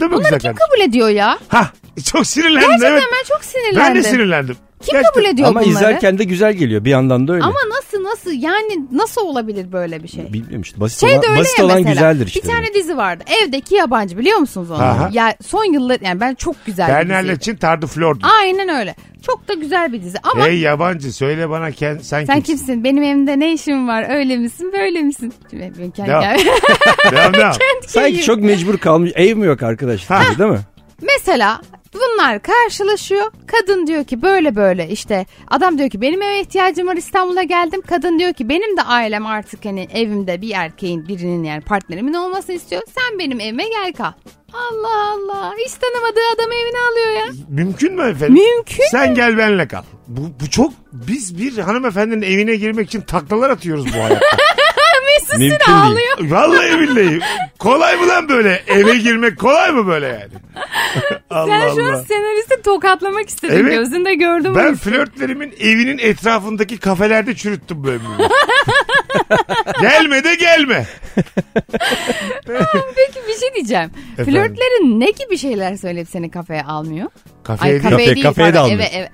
[SPEAKER 3] Değil mi
[SPEAKER 4] Bunları
[SPEAKER 3] güzel
[SPEAKER 4] kim
[SPEAKER 3] kardeşim?
[SPEAKER 4] kabul ediyor ya?
[SPEAKER 3] Ha, çok sinirlendim.
[SPEAKER 4] Gerçekten
[SPEAKER 3] evet.
[SPEAKER 4] ben çok
[SPEAKER 3] Ben
[SPEAKER 4] sinirlendim.
[SPEAKER 3] de sinirlendim.
[SPEAKER 4] Kim
[SPEAKER 3] Gerçekten.
[SPEAKER 4] kabul ediyor
[SPEAKER 5] Ama
[SPEAKER 4] bunları?
[SPEAKER 5] izlerken de güzel geliyor bir yandan da öyle.
[SPEAKER 4] Ama nasıl nasıl yani nasıl olabilir böyle bir şey?
[SPEAKER 5] Bilmiyorum işte basit
[SPEAKER 4] Şey de
[SPEAKER 5] olan,
[SPEAKER 4] öyle
[SPEAKER 5] basit
[SPEAKER 4] ya
[SPEAKER 5] olan
[SPEAKER 4] mesela.
[SPEAKER 5] güzeldir işte.
[SPEAKER 4] Bir tane dizi vardı. Evdeki yabancı biliyor musunuz onu?
[SPEAKER 3] Aha.
[SPEAKER 4] Ya son yıllar yani ben çok güzel bir
[SPEAKER 3] Bernal
[SPEAKER 4] dizi.
[SPEAKER 3] için Tardu Flor'du.
[SPEAKER 4] Aynen öyle. Çok da güzel bir dizi ama
[SPEAKER 3] Hey yabancı söyle bana ken- sen,
[SPEAKER 4] sen
[SPEAKER 3] kimsin?
[SPEAKER 4] kimsin? Benim evimde ne işim var? Öyle misin? Böyle misin? Şimdi ben kendi-
[SPEAKER 3] Devam. Devam
[SPEAKER 4] <laughs>
[SPEAKER 3] devam.
[SPEAKER 5] Sanki çok mecbur kalmış. Ev mi yok arkadaş? diyor, Değil mi?
[SPEAKER 4] Mesela bunlar karşılaşıyor. Kadın diyor ki böyle böyle işte adam diyor ki benim eve ihtiyacım var İstanbul'a geldim. Kadın diyor ki benim de ailem artık hani evimde bir erkeğin birinin yani partnerimin olmasını istiyor. Sen benim evime gel kal. Allah Allah hiç tanımadığı adamı evine alıyor ya.
[SPEAKER 3] Mümkün mü efendim?
[SPEAKER 4] Mümkün.
[SPEAKER 3] Sen gel benle kal. Bu, bu çok biz bir hanımefendinin evine girmek için taklalar atıyoruz bu hayatta.
[SPEAKER 5] Mümkün değil.
[SPEAKER 3] Vallahi billahi. Kolay mı lan böyle? Eve girmek kolay mı böyle yani? Allah
[SPEAKER 4] Sen şu an
[SPEAKER 3] Allah.
[SPEAKER 4] senaristi tokatlamak istedin.
[SPEAKER 3] Evet.
[SPEAKER 4] Gözünde gördüm.
[SPEAKER 3] Ben flörtlerimin evinin etrafındaki kafelerde çürüttüm bölümünü. <laughs> gelme de gelme.
[SPEAKER 4] Peki bir şey diyeceğim. Flörtlerin ne gibi şeyler söyleyip seni kafeye almıyor?
[SPEAKER 3] Kafeye değil.
[SPEAKER 5] Kafeye- kafeye de
[SPEAKER 4] pardon,
[SPEAKER 5] almıyor.
[SPEAKER 4] Eve, eve.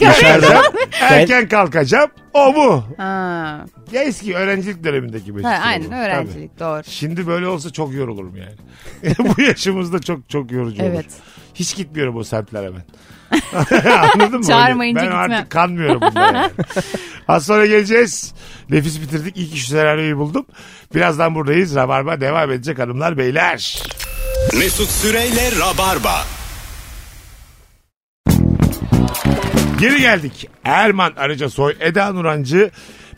[SPEAKER 4] <laughs>
[SPEAKER 3] Dışarıda erken kalkacağım. O bu.
[SPEAKER 4] Ha.
[SPEAKER 3] Ya eski öğrencilik dönemindeki Mesut.
[SPEAKER 4] Ha,
[SPEAKER 3] Süre
[SPEAKER 4] aynen
[SPEAKER 3] bu.
[SPEAKER 4] öğrencilik doğru.
[SPEAKER 3] Tabii. Şimdi böyle olsa çok yorulurum yani. <laughs> bu yaşımızda çok çok yorucu olur.
[SPEAKER 4] Evet.
[SPEAKER 3] Hiç gitmiyorum o semtlere ben. <laughs> Anladın mı?
[SPEAKER 4] Çağırmayınca
[SPEAKER 3] ben
[SPEAKER 4] gitmem.
[SPEAKER 3] artık kanmıyorum bunlara.
[SPEAKER 4] <laughs>
[SPEAKER 3] yani. Az sonra geleceğiz. Nefis bitirdik. İlk iş senaryoyu buldum. Birazdan buradayız. Rabarba devam edecek hanımlar beyler.
[SPEAKER 2] Mesut Süreyle Rabarba.
[SPEAKER 3] Geri geldik. Erman Arıca Soy, Eda Nurancı,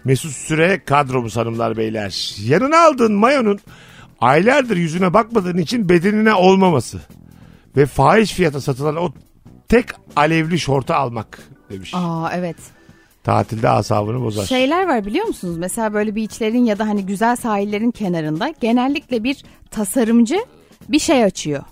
[SPEAKER 3] Mesut Süre kadromuz hanımlar beyler. Yanına aldığın mayonun aylardır yüzüne bakmadığın için bedenine olmaması ve fahiş fiyata satılan o tek alevli şortu almak demiş.
[SPEAKER 4] Aa Şey- evet.
[SPEAKER 3] Tatilde asabını bozar.
[SPEAKER 4] Şeyler var biliyor musunuz? Mesela böyle beachlerin ya da hani güzel sahillerin kenarında genellikle bir tasarımcı bir şey açıyor.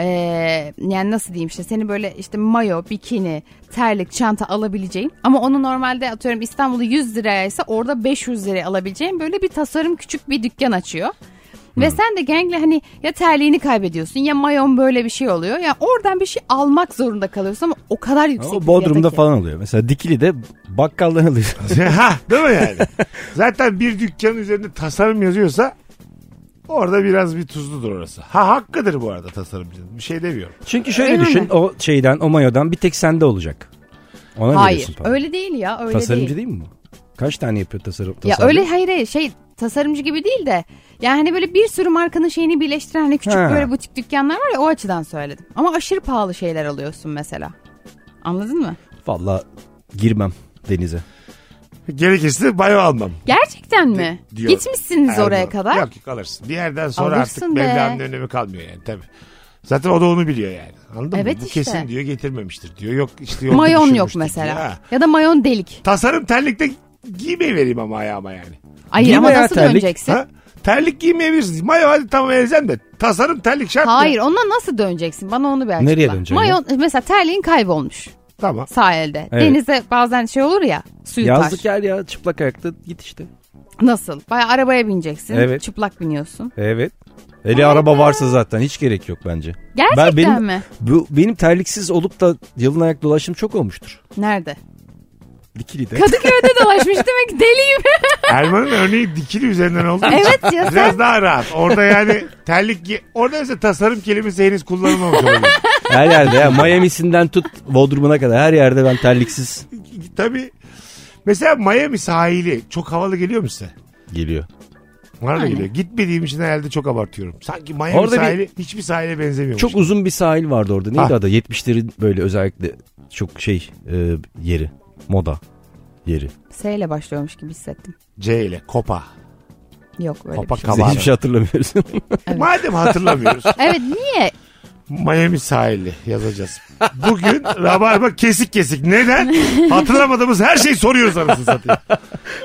[SPEAKER 4] Ee, yani nasıl diyeyim işte seni böyle işte mayo, bikini, terlik, çanta alabileceğin ama onu normalde atıyorum İstanbul'da 100 liraya ise orada 500 liraya alabileceğin böyle bir tasarım küçük bir dükkan açıyor. Ve
[SPEAKER 5] Hmm.
[SPEAKER 4] sen de gengle hani ya terliğini kaybediyorsun ya mayon böyle bir şey oluyor. Ya oradan bir şey almak zorunda kalıyorsun ama o kadar yüksek.
[SPEAKER 5] Ama
[SPEAKER 4] bir
[SPEAKER 5] Bodrum'da
[SPEAKER 4] fiyata ki.
[SPEAKER 5] falan oluyor. Mesela Dikili'de bakkaldan alıyorsun.
[SPEAKER 3] <laughs> ha, değil mi yani? Zaten bir dükkanın üzerinde tasarım yazıyorsa orada biraz bir tuzludur orası. Ha hakkıdır bu arada tasarımcının. Bir şey demiyorum.
[SPEAKER 5] <laughs> Çünkü şöyle
[SPEAKER 4] Öyle mi?
[SPEAKER 5] düşün o şeyden o mayodan bir tek sende olacak. Ona
[SPEAKER 4] Hayır
[SPEAKER 5] veriyorsun para.
[SPEAKER 4] öyle değil ya öyle
[SPEAKER 5] Tasarımcı
[SPEAKER 4] değil.
[SPEAKER 5] değil. mi bu? Kaç tane yapıyor tasarım?
[SPEAKER 4] Ya
[SPEAKER 5] tasarım?
[SPEAKER 4] öyle hayır hayır şey tasarımcı gibi değil de yani hani böyle bir sürü markanın şeyini birleştiren hani küçük
[SPEAKER 5] Ha.
[SPEAKER 4] böyle butik dükkanlar var ya o açıdan söyledim. Ama aşırı pahalı şeyler alıyorsun mesela. Anladın mı?
[SPEAKER 5] Valla girmem denize.
[SPEAKER 3] Gerekirse bayo almam.
[SPEAKER 4] Gerçekten mi?
[SPEAKER 3] diyor.
[SPEAKER 4] Gitmişsiniz oraya
[SPEAKER 3] Erdoğan.
[SPEAKER 4] kadar.
[SPEAKER 3] Yok yok alırsın. Bir yerden sonra
[SPEAKER 4] Alırsın
[SPEAKER 3] artık
[SPEAKER 4] be.
[SPEAKER 3] Mevla'nın önemi kalmıyor yani tabii. Zaten o da onu biliyor yani. Anladın
[SPEAKER 4] Evet
[SPEAKER 3] mı? Bu
[SPEAKER 4] işte.
[SPEAKER 3] kesin diyor getirmemiştir diyor. Yok işte yolda
[SPEAKER 4] Mayon yok
[SPEAKER 3] düşürmüştür
[SPEAKER 4] mesela.
[SPEAKER 3] diyor. Ha.
[SPEAKER 4] Ya da mayon delik.
[SPEAKER 3] Tasarım terlikte giymeyi vereyim ama ayağıma yani.
[SPEAKER 4] Hayır
[SPEAKER 5] Giyme
[SPEAKER 4] ama
[SPEAKER 5] ya
[SPEAKER 4] nasıl
[SPEAKER 5] terlik.
[SPEAKER 4] döneceksin?
[SPEAKER 3] Ha? Terlik giymeyebilirsin. Mayo hadi tamam vereceğim de. Tasarım terlik şart mı?
[SPEAKER 4] Hayır onunla nasıl döneceksin? Bana onu bir açıkla.
[SPEAKER 5] Nereye döneceksin
[SPEAKER 4] Mayon mesela terliğin kaybolmuş
[SPEAKER 3] Tamam.
[SPEAKER 4] sahilde.
[SPEAKER 5] Evet.
[SPEAKER 4] Denize bazen şey olur ya suyu
[SPEAKER 5] Yazlık
[SPEAKER 4] tar.
[SPEAKER 5] yer ya çıplak ayakta git işte.
[SPEAKER 4] Nasıl? Baya arabaya bineceksin.
[SPEAKER 5] Evet.
[SPEAKER 4] Çıplak biniyorsun.
[SPEAKER 5] Evet. Eli araba varsa zaten hiç gerek yok bence.
[SPEAKER 4] Gerçekten
[SPEAKER 5] Ben- benim-
[SPEAKER 4] mi?
[SPEAKER 5] Bu benim terliksiz olup da yalın ayak dolaşım çok olmuştur.
[SPEAKER 4] Nerede?
[SPEAKER 5] Dikili'de.
[SPEAKER 3] <laughs>
[SPEAKER 4] Kadıköy'de dolaşmış demek ki deliyim.
[SPEAKER 3] Erman'ın <laughs> örneği dikili üzerinden oldu.
[SPEAKER 4] evet ya sen
[SPEAKER 3] Biraz daha rahat. Orada yani terlik gi- Orada mesela tasarım kelimesi henüz kullanılmamış olabilir.
[SPEAKER 5] her yerde ya Miami'sinden tut Bodrum'una kadar her yerde ben terliksiz
[SPEAKER 3] Tabii. Mesela Miami sahili çok havalı geliyor mu size?
[SPEAKER 5] geliyor.
[SPEAKER 3] Bana da
[SPEAKER 4] Yani.
[SPEAKER 3] geliyor. Gitmediğim için herhalde çok abartıyorum. Sanki Miami
[SPEAKER 5] Orada bir-
[SPEAKER 3] sahili hiçbir sahile benzemiyormuş.
[SPEAKER 5] Çok uzun bir sahil vardı orada. Neydi
[SPEAKER 3] Ha.
[SPEAKER 5] adı? 70'lerin böyle özellikle çok şey e, yeri. Moda yeri.
[SPEAKER 4] S ile başlıyormuş gibi hissettim.
[SPEAKER 3] C ile Kopa.
[SPEAKER 4] Yok öyle
[SPEAKER 3] Kopa
[SPEAKER 4] bir şey.
[SPEAKER 5] Biz de
[SPEAKER 3] Kabağını.
[SPEAKER 5] hiçbir şey hatırlamıyoruz.
[SPEAKER 3] Madem hatırlamıyoruz.
[SPEAKER 4] Evet niye?
[SPEAKER 3] Miami sahili yazacağız. Bugün rabarba kesik kesik. Neden? Hatırlamadığımız her şeyi soruyoruz anasını satayım.
[SPEAKER 5] <laughs>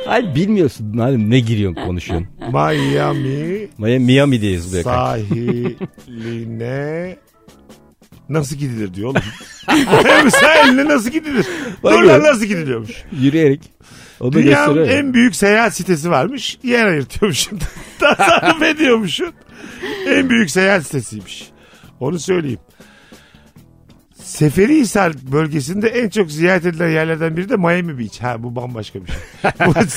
[SPEAKER 5] Hayır bilmiyorsun. Hani ne giriyorsun konuşuyorsun.
[SPEAKER 3] Miami
[SPEAKER 5] Miami, Miami diye yazılıyor. kanka.
[SPEAKER 3] sahiline nasıl gidilir diyor oğlum. <laughs> Miami sahiline nasıl gidilir?
[SPEAKER 5] Vay
[SPEAKER 3] Dur lan
[SPEAKER 5] be.
[SPEAKER 3] nasıl gidiliyormuş?
[SPEAKER 5] Yürüyerek. O da
[SPEAKER 3] Dünyanın
[SPEAKER 5] gösteriyor. ya.
[SPEAKER 3] en büyük seyahat sitesi varmış. Yer ayırtıyormuşsun. <laughs> Tasarruf ediyormuşsun. En büyük seyahat sitesiymiş. Onu söyleyeyim. Seferihisar bölgesinde en çok ziyaret edilen yerlerden biri de Miami Beach. Ha bu bambaşka bir
[SPEAKER 5] <laughs>
[SPEAKER 3] şey. Bu- <laughs> Bak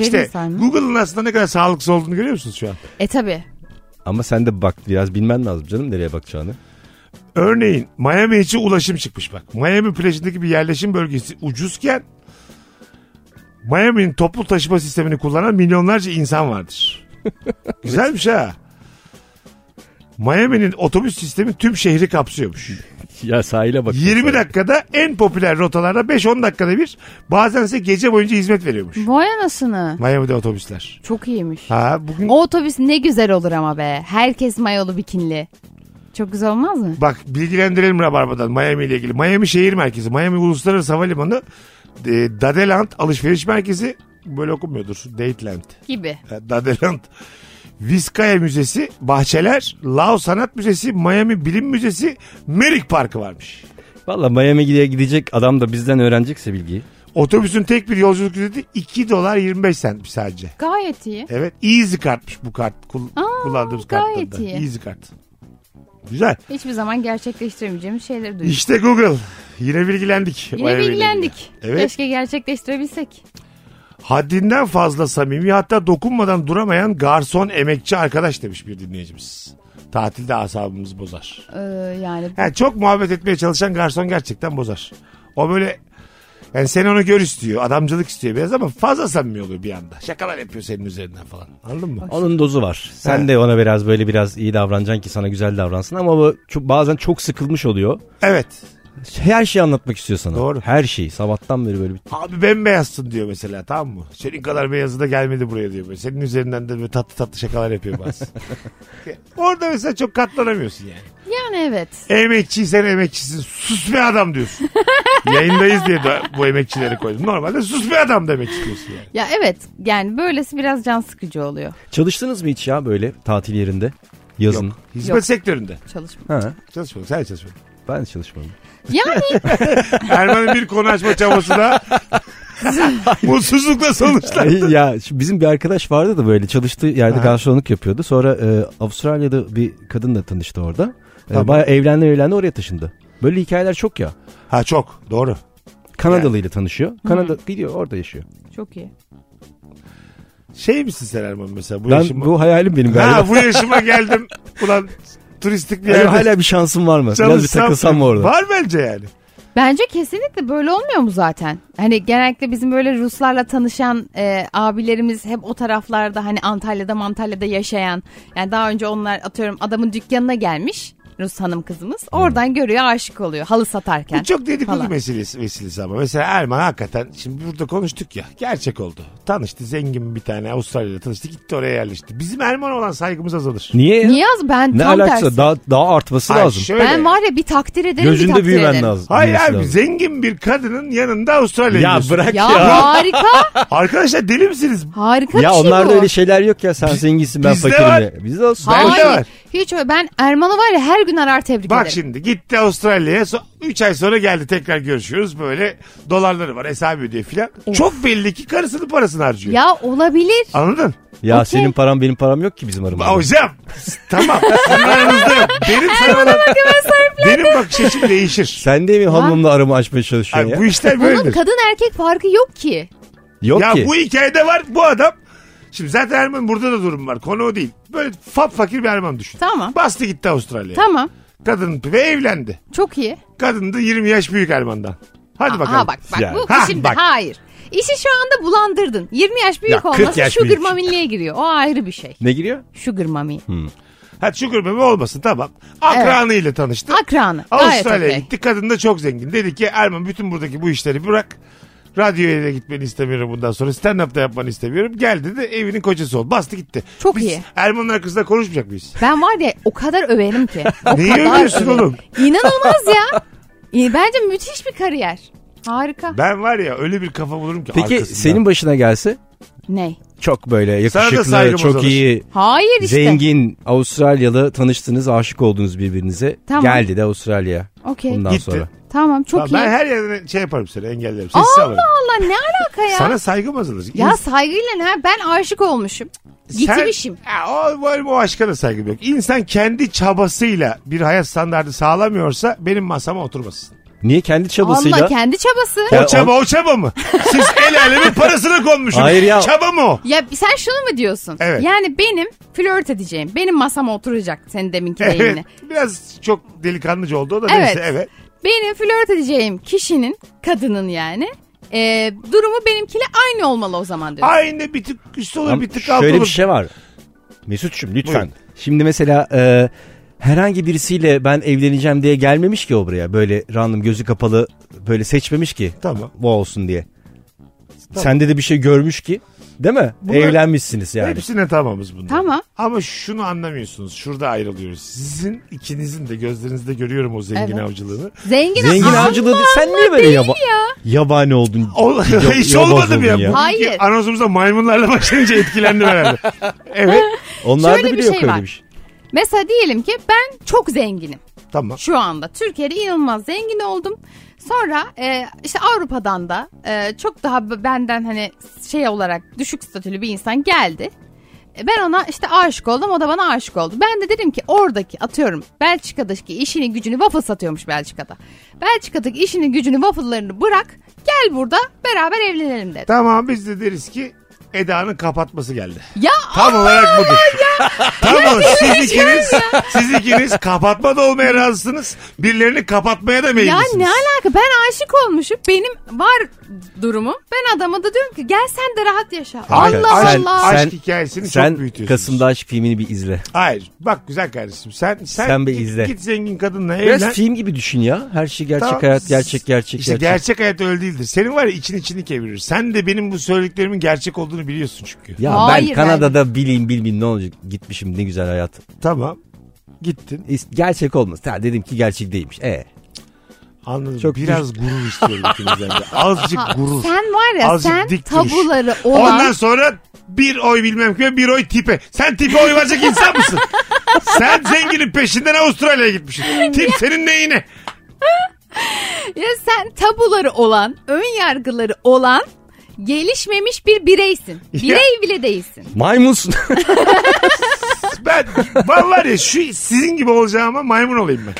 [SPEAKER 3] işte
[SPEAKER 4] Seferihisar mı?
[SPEAKER 3] Google'ın aslında ne kadar sağlıksız olduğunu görüyor musunuz şu an?
[SPEAKER 4] E tabi.
[SPEAKER 5] Ama sen de bak biraz bilmen lazım canım nereye bakacağını.
[SPEAKER 3] Örneğin Miami için ulaşım çıkmış bak. Miami plajındaki bir yerleşim bölgesi ucuzken Miami'nin toplu taşıma sistemini kullanan milyonlarca insan vardır. Güzelmiş ha. Miami'nin otobüs sistemi tüm şehri kapsıyormuş.
[SPEAKER 5] Ya sahile bak.
[SPEAKER 3] 20 dakikada en popüler rotalarda 5-10 dakikada bir bazense gece boyunca hizmet veriyormuş.
[SPEAKER 4] Vay anasını.
[SPEAKER 3] Miami'de otobüsler.
[SPEAKER 4] Çok iyiymiş.
[SPEAKER 3] Ha bugün
[SPEAKER 4] O otobüs ne güzel olur ama be. Herkes mayolu bikinli. Çok güzel olmaz mı?
[SPEAKER 3] Bak bilgilendirelim Rabarba'dan Miami ile ilgili. Miami şehir merkezi, Miami Uluslararası Havalimanı, e, Dadeland alışveriş merkezi böyle okunmuyordur. Dateland.
[SPEAKER 4] Gibi.
[SPEAKER 3] Ha, Dadeland. Vizcaya Müzesi, Bahçeler, Lao Sanat Müzesi, Miami Bilim Müzesi, Merrick Parkı varmış.
[SPEAKER 5] Valla Miami diye gidecek adam da bizden öğrenecekse bilgiyi.
[SPEAKER 3] Otobüsün tek bir yolculuk ücreti 2 dolar 25 sentmiş sadece.
[SPEAKER 4] Gayet iyi.
[SPEAKER 3] Evet Easy Kart'mış bu kart. Kul-
[SPEAKER 4] Aa,
[SPEAKER 3] kullandığımız
[SPEAKER 4] gayet
[SPEAKER 3] kartlarda.
[SPEAKER 4] iyi.
[SPEAKER 3] Easy Kart. Güzel.
[SPEAKER 4] Hiçbir zaman gerçekleştiremeyeceğimiz şeyleri duydum.
[SPEAKER 3] İşte Google. Yine bilgilendik.
[SPEAKER 4] Yine
[SPEAKER 3] Miami ile ilgili.
[SPEAKER 4] bilgilendik.
[SPEAKER 3] Evet.
[SPEAKER 4] Keşke gerçekleştirebilsek.
[SPEAKER 3] Haddinden fazla samimi hatta dokunmadan duramayan garson emekçi arkadaş demiş bir dinleyicimiz. Tatilde asabımız bozar.
[SPEAKER 4] Ee, yani
[SPEAKER 3] Yani çok muhabbet etmeye çalışan garson gerçekten bozar. O böyle yani sen onu gör istiyor. Adamcılık istiyor biraz ama fazla samimi oluyor bir anda. Şakalar yapıyor senin üzerinden falan. Anladın mı?
[SPEAKER 5] Onun dozu var. Sen
[SPEAKER 3] He.
[SPEAKER 5] de ona biraz böyle biraz iyi davranacaksın ki sana güzel davransın ama bu çok, bazen çok sıkılmış oluyor.
[SPEAKER 3] Evet.
[SPEAKER 5] Her şeyi anlatmak istiyor sana.
[SPEAKER 3] Doğru.
[SPEAKER 5] Her şeyi. Sabahtan beri böyle bir...
[SPEAKER 3] Abi bembeyazsın diyor mesela tamam mı? Senin kadar beyazı da gelmedi buraya diyor. Böyle. Senin üzerinden de böyle tatlı tatlı şakalar yapıyor bazı. Orada mesela çok katlanamıyorsun yani.
[SPEAKER 4] yani evet.
[SPEAKER 3] Emekçiysen emekçisin. Sus be adam diyorsun. Yayındayız diye de bu emekçileri koydum. Normalde sus be adam demek istiyorsun yani.
[SPEAKER 4] Ya evet. Yani böylesi biraz can sıkıcı oluyor
[SPEAKER 5] Çalıştınız mı hiç ya böyle tatil yerinde? Yazın.
[SPEAKER 3] Yok. Hizmet
[SPEAKER 4] Yok.
[SPEAKER 3] sektöründe.
[SPEAKER 4] çalışma.
[SPEAKER 5] Ha,
[SPEAKER 3] Çalışmıyorum. Sen de çalışmıyorsun.
[SPEAKER 5] ben de çalışmadım.
[SPEAKER 4] Yani
[SPEAKER 5] <laughs>
[SPEAKER 3] Erman'ın bir konu açma çabası da Mutsuzlukla sonuçlar.
[SPEAKER 5] Ay, <laughs> ya şu bizim bir arkadaş vardı da böyle çalıştığı yerde
[SPEAKER 3] Aha.
[SPEAKER 5] garsonluk yapıyordu. Sonra e, Avustralya'da bir kadınla tanıştı orada. E,
[SPEAKER 3] Tamam.
[SPEAKER 5] bayağı evlendi evlendi oraya taşındı. Böyle hikayeler çok ya.
[SPEAKER 3] Ha çok doğru.
[SPEAKER 5] Kanadalı ile tanışıyor. Kanada gidiyor orada yaşıyor.
[SPEAKER 4] Çok iyi.
[SPEAKER 3] Şey misin sen Erman mesela bu
[SPEAKER 5] ben
[SPEAKER 3] yaşıma?
[SPEAKER 5] bu hayalim benim
[SPEAKER 3] ha
[SPEAKER 5] galiba.
[SPEAKER 3] bu yaşıma geldim. Ulan turistik bir
[SPEAKER 5] Yani
[SPEAKER 3] yerde.
[SPEAKER 5] hala bir şansım var mı? Biraz bir
[SPEAKER 3] çalışsam-
[SPEAKER 5] takılsam mı orada?
[SPEAKER 3] Var bence yani.
[SPEAKER 4] Bence kesinlikle böyle olmuyor mu zaten? Hani genellikle bizim böyle Ruslarla tanışan e, abilerimiz hep o taraflarda hani Antalya'da Antalya'da yaşayan. Yani daha önce onlar atıyorum adamın dükkanına gelmiş Rus hanım kızımız.
[SPEAKER 5] Hmm.
[SPEAKER 4] Oradan görüyor aşık oluyor halı satarken.
[SPEAKER 3] Bu çok dedikodu
[SPEAKER 4] falan.
[SPEAKER 3] meselesi, meselesi ama. Mesela Erman hakikaten şimdi burada konuştuk ya. Gerçek oldu. Tanıştı zengin bir tane Avustralya'da tanıştı gitti oraya yerleşti. Bizim Erman'a olan saygımız azalır.
[SPEAKER 5] Niye?
[SPEAKER 4] Niye az ben
[SPEAKER 5] Ne
[SPEAKER 4] tam
[SPEAKER 5] alakası?
[SPEAKER 4] tersi.
[SPEAKER 5] Daha, daha artması
[SPEAKER 3] Ay
[SPEAKER 5] lazım.
[SPEAKER 3] şöyle-
[SPEAKER 4] Ben var ya bir takdir ederim bir
[SPEAKER 5] Gözünde
[SPEAKER 4] takdir
[SPEAKER 5] büyümen
[SPEAKER 4] ederim.
[SPEAKER 5] lazım. <laughs>
[SPEAKER 3] Hayır
[SPEAKER 5] Büyümesi
[SPEAKER 3] abi
[SPEAKER 5] lazım.
[SPEAKER 3] zengin bir kadının yanında Avustralya'ya
[SPEAKER 5] Ya
[SPEAKER 3] gidiyorsun.
[SPEAKER 5] bırak
[SPEAKER 4] Ya,
[SPEAKER 5] ya.
[SPEAKER 4] harika.
[SPEAKER 3] <laughs> Arkadaşlar deli misiniz?
[SPEAKER 4] Harika bir
[SPEAKER 5] Ya
[SPEAKER 4] şey
[SPEAKER 5] onlarda
[SPEAKER 4] bu.
[SPEAKER 5] öyle şeyler yok ya. Sen zenginsin ben
[SPEAKER 3] bizde
[SPEAKER 5] fakirim.
[SPEAKER 3] var.
[SPEAKER 5] ya. Bizde olsun.
[SPEAKER 3] Ben-
[SPEAKER 4] Hayır.
[SPEAKER 3] Bende var.
[SPEAKER 4] Hiç öyle. Ben Erman'ı var ya her gün arar tebrik
[SPEAKER 3] Bak
[SPEAKER 4] ederim.
[SPEAKER 3] şimdi gitti Avustralya'ya 3 ay sonra geldi tekrar görüşüyoruz böyle dolarları var hesabı ödüyor filan. Çok belli ki karısının parasını harcıyor.
[SPEAKER 4] Ya olabilir.
[SPEAKER 3] Anladın?
[SPEAKER 5] Ya
[SPEAKER 4] Okey.
[SPEAKER 5] senin param benim param yok ki bizim aramızda.
[SPEAKER 3] Hocam tamam sizin aranızda yok. Benim sana olan, benim bakış açım değişir.
[SPEAKER 5] Sen de mi hanımla aramı açmaya çalışıyorsun
[SPEAKER 3] Ay,
[SPEAKER 5] ya?
[SPEAKER 3] bu işler
[SPEAKER 4] Oğlum
[SPEAKER 3] böyledir.
[SPEAKER 4] kadın erkek farkı yok ki.
[SPEAKER 5] Yok
[SPEAKER 3] ya
[SPEAKER 5] ki.
[SPEAKER 3] bu hikayede var bu adam. Şimdi zaten Erman burada da durum var. Konu o değil. Böyle fap fakir bir Erman düşün.
[SPEAKER 4] Tamam.
[SPEAKER 3] Bastı gitti Avustralya'ya.
[SPEAKER 4] Tamam.
[SPEAKER 3] Kadın ve evlendi.
[SPEAKER 4] Çok iyi.
[SPEAKER 3] Kadın da 20 yaş büyük Erman'dan. Hadi bakalım.
[SPEAKER 4] Ha bak bak
[SPEAKER 5] Yani.
[SPEAKER 4] bu
[SPEAKER 3] Ha,
[SPEAKER 4] şimdi
[SPEAKER 3] bak.
[SPEAKER 4] hayır. İşi şu anda bulandırdın. 20 yaş
[SPEAKER 5] Ya,
[SPEAKER 4] büyük
[SPEAKER 5] 40
[SPEAKER 4] olması
[SPEAKER 5] yaş
[SPEAKER 4] sugar
[SPEAKER 5] büyük.
[SPEAKER 4] mamily'e giriyor. O ayrı bir şey.
[SPEAKER 5] Ne giriyor?
[SPEAKER 4] Sugar mami.
[SPEAKER 3] Hmm. Hadi şükür bebe olmasın tamam. Akranı ile tanıştı.
[SPEAKER 4] Akranı. Gayet
[SPEAKER 3] Avustralya'ya
[SPEAKER 4] okey.
[SPEAKER 3] gitti. Kadın da çok zengin. Dedi ki Erman bütün buradaki bu işleri bırak. Radyoya da gitmeni istemiyorum bundan sonra. Stand up da yapmanı istemiyorum. Gel dedi evinin kocası ol. Bastı gitti.
[SPEAKER 4] Çok
[SPEAKER 3] Biz
[SPEAKER 4] iyi.
[SPEAKER 3] Erman'ın arkasında konuşmayacak mıyız?
[SPEAKER 4] Ben var ya o kadar
[SPEAKER 3] <laughs>
[SPEAKER 4] överim ki. O
[SPEAKER 3] Neyi
[SPEAKER 4] kadar
[SPEAKER 3] övüyorsun
[SPEAKER 4] överim.
[SPEAKER 3] oğlum? <laughs>
[SPEAKER 4] İnanılmaz ya. İyi, Bence müthiş bir kariyer. Harika.
[SPEAKER 3] Ben var ya öyle bir kafa bulurum ki
[SPEAKER 5] Peki
[SPEAKER 3] arkasından.
[SPEAKER 5] senin başına gelse
[SPEAKER 4] Ney?
[SPEAKER 5] çok böyle
[SPEAKER 3] Sana da
[SPEAKER 5] yakışıklı,
[SPEAKER 3] saygımız
[SPEAKER 5] çok
[SPEAKER 3] olur.
[SPEAKER 5] iyi,
[SPEAKER 4] Hayır Şey işte.
[SPEAKER 5] zengin Avustralyalı tanıştınız, aşık oldunuz birbirinize.
[SPEAKER 4] Tamam.
[SPEAKER 5] Geldi de Avustralya.
[SPEAKER 4] Okey.
[SPEAKER 5] Bundan
[SPEAKER 3] Gitti.
[SPEAKER 5] sonra.
[SPEAKER 4] Tamam çok
[SPEAKER 3] Tamam, ben
[SPEAKER 4] iyi.
[SPEAKER 3] her yerden şey yaparım seni engellerim. Sessiz
[SPEAKER 4] Allah
[SPEAKER 3] alırım.
[SPEAKER 4] Allah ne alaka ya?
[SPEAKER 3] Sana saygım azalır.
[SPEAKER 4] Ya
[SPEAKER 3] İns-
[SPEAKER 4] saygıyla ne? Ben aşık olmuşum.
[SPEAKER 3] Sen-
[SPEAKER 4] Gitmişim.
[SPEAKER 3] Ya, o, o, o aşka da saygım yok. İnsan kendi çabasıyla bir hayat standartı sağlamıyorsa benim masama oturmasın.
[SPEAKER 5] Niye kendi çabasıyla?
[SPEAKER 4] Allah kendi çabası.
[SPEAKER 5] Ya
[SPEAKER 3] o çaba o çaba mı? Siz el alemin parasını konmuşsunuz.
[SPEAKER 5] Hayır ya.
[SPEAKER 3] Çaba mı o?
[SPEAKER 4] Ya sen şunu mu diyorsun?
[SPEAKER 3] Evet.
[SPEAKER 4] Yani benim flört edeceğim, benim masama oturacak senin deminki
[SPEAKER 3] Evet.
[SPEAKER 4] deyimle.
[SPEAKER 3] <laughs> Biraz çok delikanlıca oldu o da
[SPEAKER 4] Evet.
[SPEAKER 3] neyse evet.
[SPEAKER 4] Benim flört edeceğim kişinin, kadının yani e, durumu benimkiyle aynı olmalı o zaman diyorsun.
[SPEAKER 3] Aynı bir tık üst olur
[SPEAKER 5] Ama
[SPEAKER 3] bir tık alt
[SPEAKER 5] şöyle bir
[SPEAKER 3] olur.
[SPEAKER 5] şey var. Mesut'cum lütfen.
[SPEAKER 3] Buyurun.
[SPEAKER 5] Şimdi mesela e, herhangi birisiyle ben evleneceğim diye gelmemiş ki o buraya. Böyle random gözü kapalı böyle seçmemiş ki.
[SPEAKER 3] Tamam.
[SPEAKER 5] Bu olsun diye. Sende de bir şey görmüş ki. Değil mi?
[SPEAKER 3] Bunlar-
[SPEAKER 5] Evlenmişsiniz yani.
[SPEAKER 3] Hepsine tamamız bunda.
[SPEAKER 4] Tamam.
[SPEAKER 3] Ama şunu anlamıyorsunuz. Şurada ayrılıyoruz. Sizin ikinizin de gözlerinizde görüyorum o zengin
[SPEAKER 4] Evet.
[SPEAKER 5] <laughs>
[SPEAKER 3] avcılığını.
[SPEAKER 4] Zengin,
[SPEAKER 5] Zengin
[SPEAKER 4] Allah
[SPEAKER 5] avcılığı değil. Sen niye böyle
[SPEAKER 4] değil
[SPEAKER 5] yaba- yabani oldun?
[SPEAKER 3] O,
[SPEAKER 5] Yab-
[SPEAKER 3] hiç
[SPEAKER 5] yobaz
[SPEAKER 3] olmadı mı
[SPEAKER 5] oldun
[SPEAKER 3] ya? Bugünkü
[SPEAKER 4] Hayır.
[SPEAKER 3] Anonsumuzda maymunlarla <laughs> başlayınca etkilendim herhalde. evet.
[SPEAKER 5] Onlarda
[SPEAKER 4] Şöyle
[SPEAKER 5] bile
[SPEAKER 4] bir
[SPEAKER 5] yok
[SPEAKER 4] şey
[SPEAKER 5] öyle
[SPEAKER 4] var.
[SPEAKER 5] bir şey.
[SPEAKER 4] Mesela diyelim ki ben çok zenginim
[SPEAKER 3] Tamam.
[SPEAKER 4] şu anda. Türkiye'de inanılmaz zengin oldum. Sonra e, işte Avrupa'dan da e, çok daha b- benden hani şey olarak düşük statülü bir insan geldi. E, Ben ona işte aşık oldum o da bana aşık oldu. Ben de dedim ki oradaki atıyorum Belçika'daki işini gücünü waffle satıyormuş Belçika'da. Belçika'daki işini gücünü waffle'larını bırak gel burada beraber evlenelim dedim.
[SPEAKER 3] Tamam biz de deriz ki Eda'nın kapatması geldi.
[SPEAKER 4] Ya
[SPEAKER 3] Tam olarak budur. Tamam siz ikiniz, siz ikiniz kapatma da olmaya razısınız. Birilerini kapatmaya da
[SPEAKER 4] Ya
[SPEAKER 3] meyillisiniz.
[SPEAKER 4] ne alaka ben aşık olmuşum benim var durumum ben adama da diyorum ki gel sen de rahat yaşa.
[SPEAKER 3] Ay-
[SPEAKER 4] Allah
[SPEAKER 3] ay-
[SPEAKER 4] Allah.
[SPEAKER 3] ay- Aşk hikayesini çok
[SPEAKER 5] sen
[SPEAKER 3] büyütüyorsunuz.
[SPEAKER 5] Kasım'da aşk filmini bir izle.
[SPEAKER 3] Hayır bak güzel kardeşim sen sen,
[SPEAKER 5] Sen bir
[SPEAKER 3] git,
[SPEAKER 5] izle.
[SPEAKER 3] git zengin kadınla
[SPEAKER 5] Biraz
[SPEAKER 3] evlen.
[SPEAKER 5] film gibi düşün ya. Her şey gerçek
[SPEAKER 3] Tamam.
[SPEAKER 5] hayat, gerçek gerçek
[SPEAKER 3] İşte
[SPEAKER 5] gerçek.
[SPEAKER 3] gerçek hayat öyle değildir. Senin var ya için içini kevirir. Sen de benim bu söylediklerimin gerçek olduğunu biliyorsun çünkü.
[SPEAKER 5] Ya
[SPEAKER 4] Hayır,
[SPEAKER 5] ben Kanada'da bileyim bilmeyeyim ne olacak gitmişim ne güzel hayat.
[SPEAKER 3] Tamam. Gittin.
[SPEAKER 5] İs- Gerçek olmaz. Ha, dedim ki gerçek değilmiş. E.
[SPEAKER 3] Anladım.
[SPEAKER 5] Çok
[SPEAKER 3] Biraz gurur istiyorum ikinizden de. <laughs> Azıcık gurur.
[SPEAKER 4] Sen var ya
[SPEAKER 3] Azıcık
[SPEAKER 4] sen
[SPEAKER 3] dik duruş.
[SPEAKER 4] tabuları olan
[SPEAKER 3] Ondan sonra bir oy bilmem kime bir oy tipe. Sen tipe oy verecek insan
[SPEAKER 4] <laughs>
[SPEAKER 3] mısın? Sen zenginin peşinden Avustralya'ya gitmişsin. Tip senin neyine?
[SPEAKER 4] ya sen tabuları olan ön yargıları olan Gelişmemiş bir bireysin. Birey bile değilsin.
[SPEAKER 3] <laughs>
[SPEAKER 5] Maymunsun.
[SPEAKER 3] Ben vallahi ya şu sizin gibi olacağıma maymun olayım ben.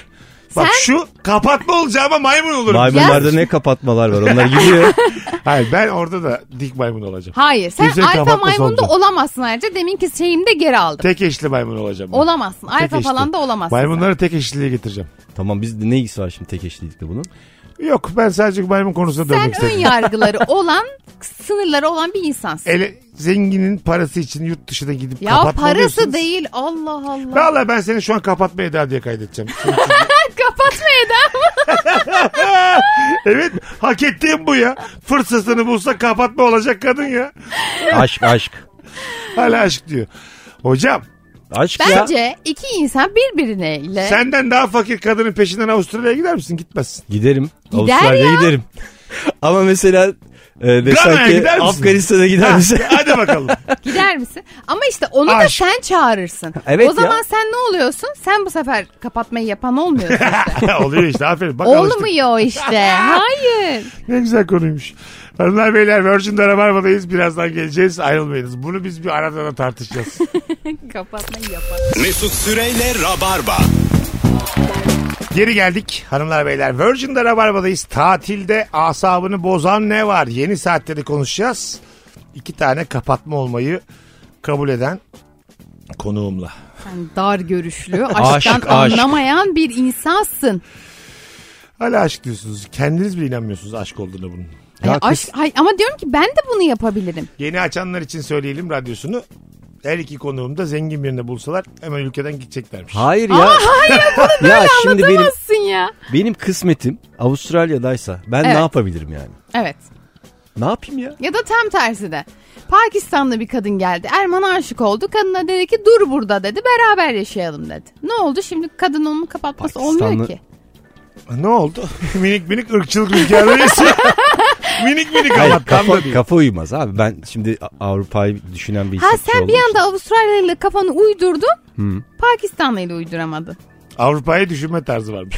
[SPEAKER 3] Bak
[SPEAKER 4] Sen-
[SPEAKER 3] şu kapatma olacağıma maymun olurum.
[SPEAKER 5] Maymunlarda ne kapatmalar var onlar
[SPEAKER 4] <laughs>
[SPEAKER 5] gidiyor.
[SPEAKER 3] Hayır ben orada da dik maymun olacağım.
[SPEAKER 4] Hayır sen
[SPEAKER 3] Yüzüğü
[SPEAKER 4] alfa
[SPEAKER 3] kapatma
[SPEAKER 4] maymunda
[SPEAKER 3] sonunda.
[SPEAKER 4] olamazsın ayrıca. Deminki şeyimde geri aldım.
[SPEAKER 3] Tek eşli maymun olacağım. ben.
[SPEAKER 4] Olamazsın.
[SPEAKER 3] Tek
[SPEAKER 4] Alfa
[SPEAKER 3] eşli.
[SPEAKER 4] falan da olamazsın.
[SPEAKER 3] Maymunları tek eşliliğe getireceğim.
[SPEAKER 5] tamam biz de ne ilgisi var şimdi tek eşlilikle bunun?
[SPEAKER 3] Yok ben sadece maymun konusuna
[SPEAKER 4] sen.
[SPEAKER 3] dönmek
[SPEAKER 4] Sen ön
[SPEAKER 3] istedim. <laughs>
[SPEAKER 4] yargıları olan, sınırları olan bir insansın.
[SPEAKER 3] Ele, zenginin parası için yurt dışına gidip
[SPEAKER 4] ya
[SPEAKER 3] kapatmalıyorsunuz.
[SPEAKER 4] parası değil. Allah Allah. <laughs>
[SPEAKER 3] Valla ben seni şu an kapatma Eda diye kaydedeceğim. <laughs> Çünkü-
[SPEAKER 4] Kapatma Eda.
[SPEAKER 3] evet hak ettiğim bu ya. Fırsatını bulsa kapatma olacak kadın ya.
[SPEAKER 5] Aşk aşk.
[SPEAKER 3] Hala aşk diyor. Hocam
[SPEAKER 5] Aşk ya.
[SPEAKER 4] Bence iki insan birbirine
[SPEAKER 3] senden daha fakir kadının peşinden Avustralya'ya gider misin?
[SPEAKER 5] <laughs>
[SPEAKER 3] Gitmezsin.
[SPEAKER 5] Giderim.
[SPEAKER 4] Gider
[SPEAKER 5] Avustralya'ya
[SPEAKER 4] ya. <laughs>
[SPEAKER 5] giderim. Ama mesela e,
[SPEAKER 3] Gana'ya
[SPEAKER 5] desen ki
[SPEAKER 3] gider misin?
[SPEAKER 5] Afganistan'a gider misin?
[SPEAKER 3] Hadi bakalım.
[SPEAKER 4] gider misin? Ama işte onu da
[SPEAKER 3] Aşk.
[SPEAKER 4] sen çağırırsın.
[SPEAKER 5] <laughs> Evet
[SPEAKER 4] o zaman
[SPEAKER 5] ya.
[SPEAKER 4] sen ne oluyorsun? Sen bu sefer kapatmayı yapan
[SPEAKER 5] <laughs>
[SPEAKER 4] olmuyorsun.
[SPEAKER 3] Oluyor işte aferin. Bak alıştık.
[SPEAKER 4] Olmuyor işte. Hayır.
[SPEAKER 3] Ne güzel konuymuş. Hanımlar beyler Virgin'de Rabarba'dayız. Birazdan geleceğiz. Ayrılmayınız. Bunu biz bir arada da tartışacağız.
[SPEAKER 4] kapatmayı yapan.
[SPEAKER 2] Mesut Süreyle Rabarba.
[SPEAKER 3] Geri geldik hanımlar beyler. Virgin'de Rabarba'dayız. Tatilde asabını bozan ne var? Yeni saatleri konuşacağız. İki tane kapatma olmayı kabul eden <laughs> konuğumla.
[SPEAKER 4] Sen dar görüşlü, aşktan
[SPEAKER 5] Aşık, aşık.
[SPEAKER 4] anlamayan bir insansın.
[SPEAKER 3] Hala aşk diyorsunuz. Kendiniz bile inanmıyorsunuz aşk olduğuna bunun.
[SPEAKER 5] Ya
[SPEAKER 4] Ay,
[SPEAKER 5] kız-
[SPEAKER 4] aşk, ay, ama diyorum ki ben de bunu yapabilirim.
[SPEAKER 3] Yeni açanlar için söyleyelim radyosunu. Her iki konuğum da zengin birini bulsalar hemen ülkeden gideceklermiş.
[SPEAKER 5] Hayır ya. <laughs> ya şimdi benim
[SPEAKER 4] Nasılsın ya?
[SPEAKER 5] benim kısmetim Avustralya'daysa ben
[SPEAKER 4] Evet.
[SPEAKER 5] ne yapabilirim yani?
[SPEAKER 4] Evet.
[SPEAKER 5] Ne yapayım ya?
[SPEAKER 4] Ya da tam tersi de. Pakistanlı bir kadın geldi. Erman aşık oldu. Kadına dedi ki dur burada dedi. Beraber yaşayalım dedi. Ne oldu? Şimdi kadın onun kapatması olmuyor
[SPEAKER 5] Pakistanlı-
[SPEAKER 4] ki.
[SPEAKER 3] Ne oldu? <laughs> minik minik ırkçılık rüzgarlarıyız. minik minik
[SPEAKER 5] Hayır,
[SPEAKER 3] ama tam da
[SPEAKER 5] kafa,
[SPEAKER 3] değil.
[SPEAKER 5] kafa uyumaz abi. Ben şimdi A- Avrupa'yı düşünen bir
[SPEAKER 4] Ha
[SPEAKER 5] insan
[SPEAKER 4] sen bir anda Avustralya ile kafanı uydurdun. Pakistanlı ile uyduramadın.
[SPEAKER 3] Avrupa'yı düşünme tarzı varmış.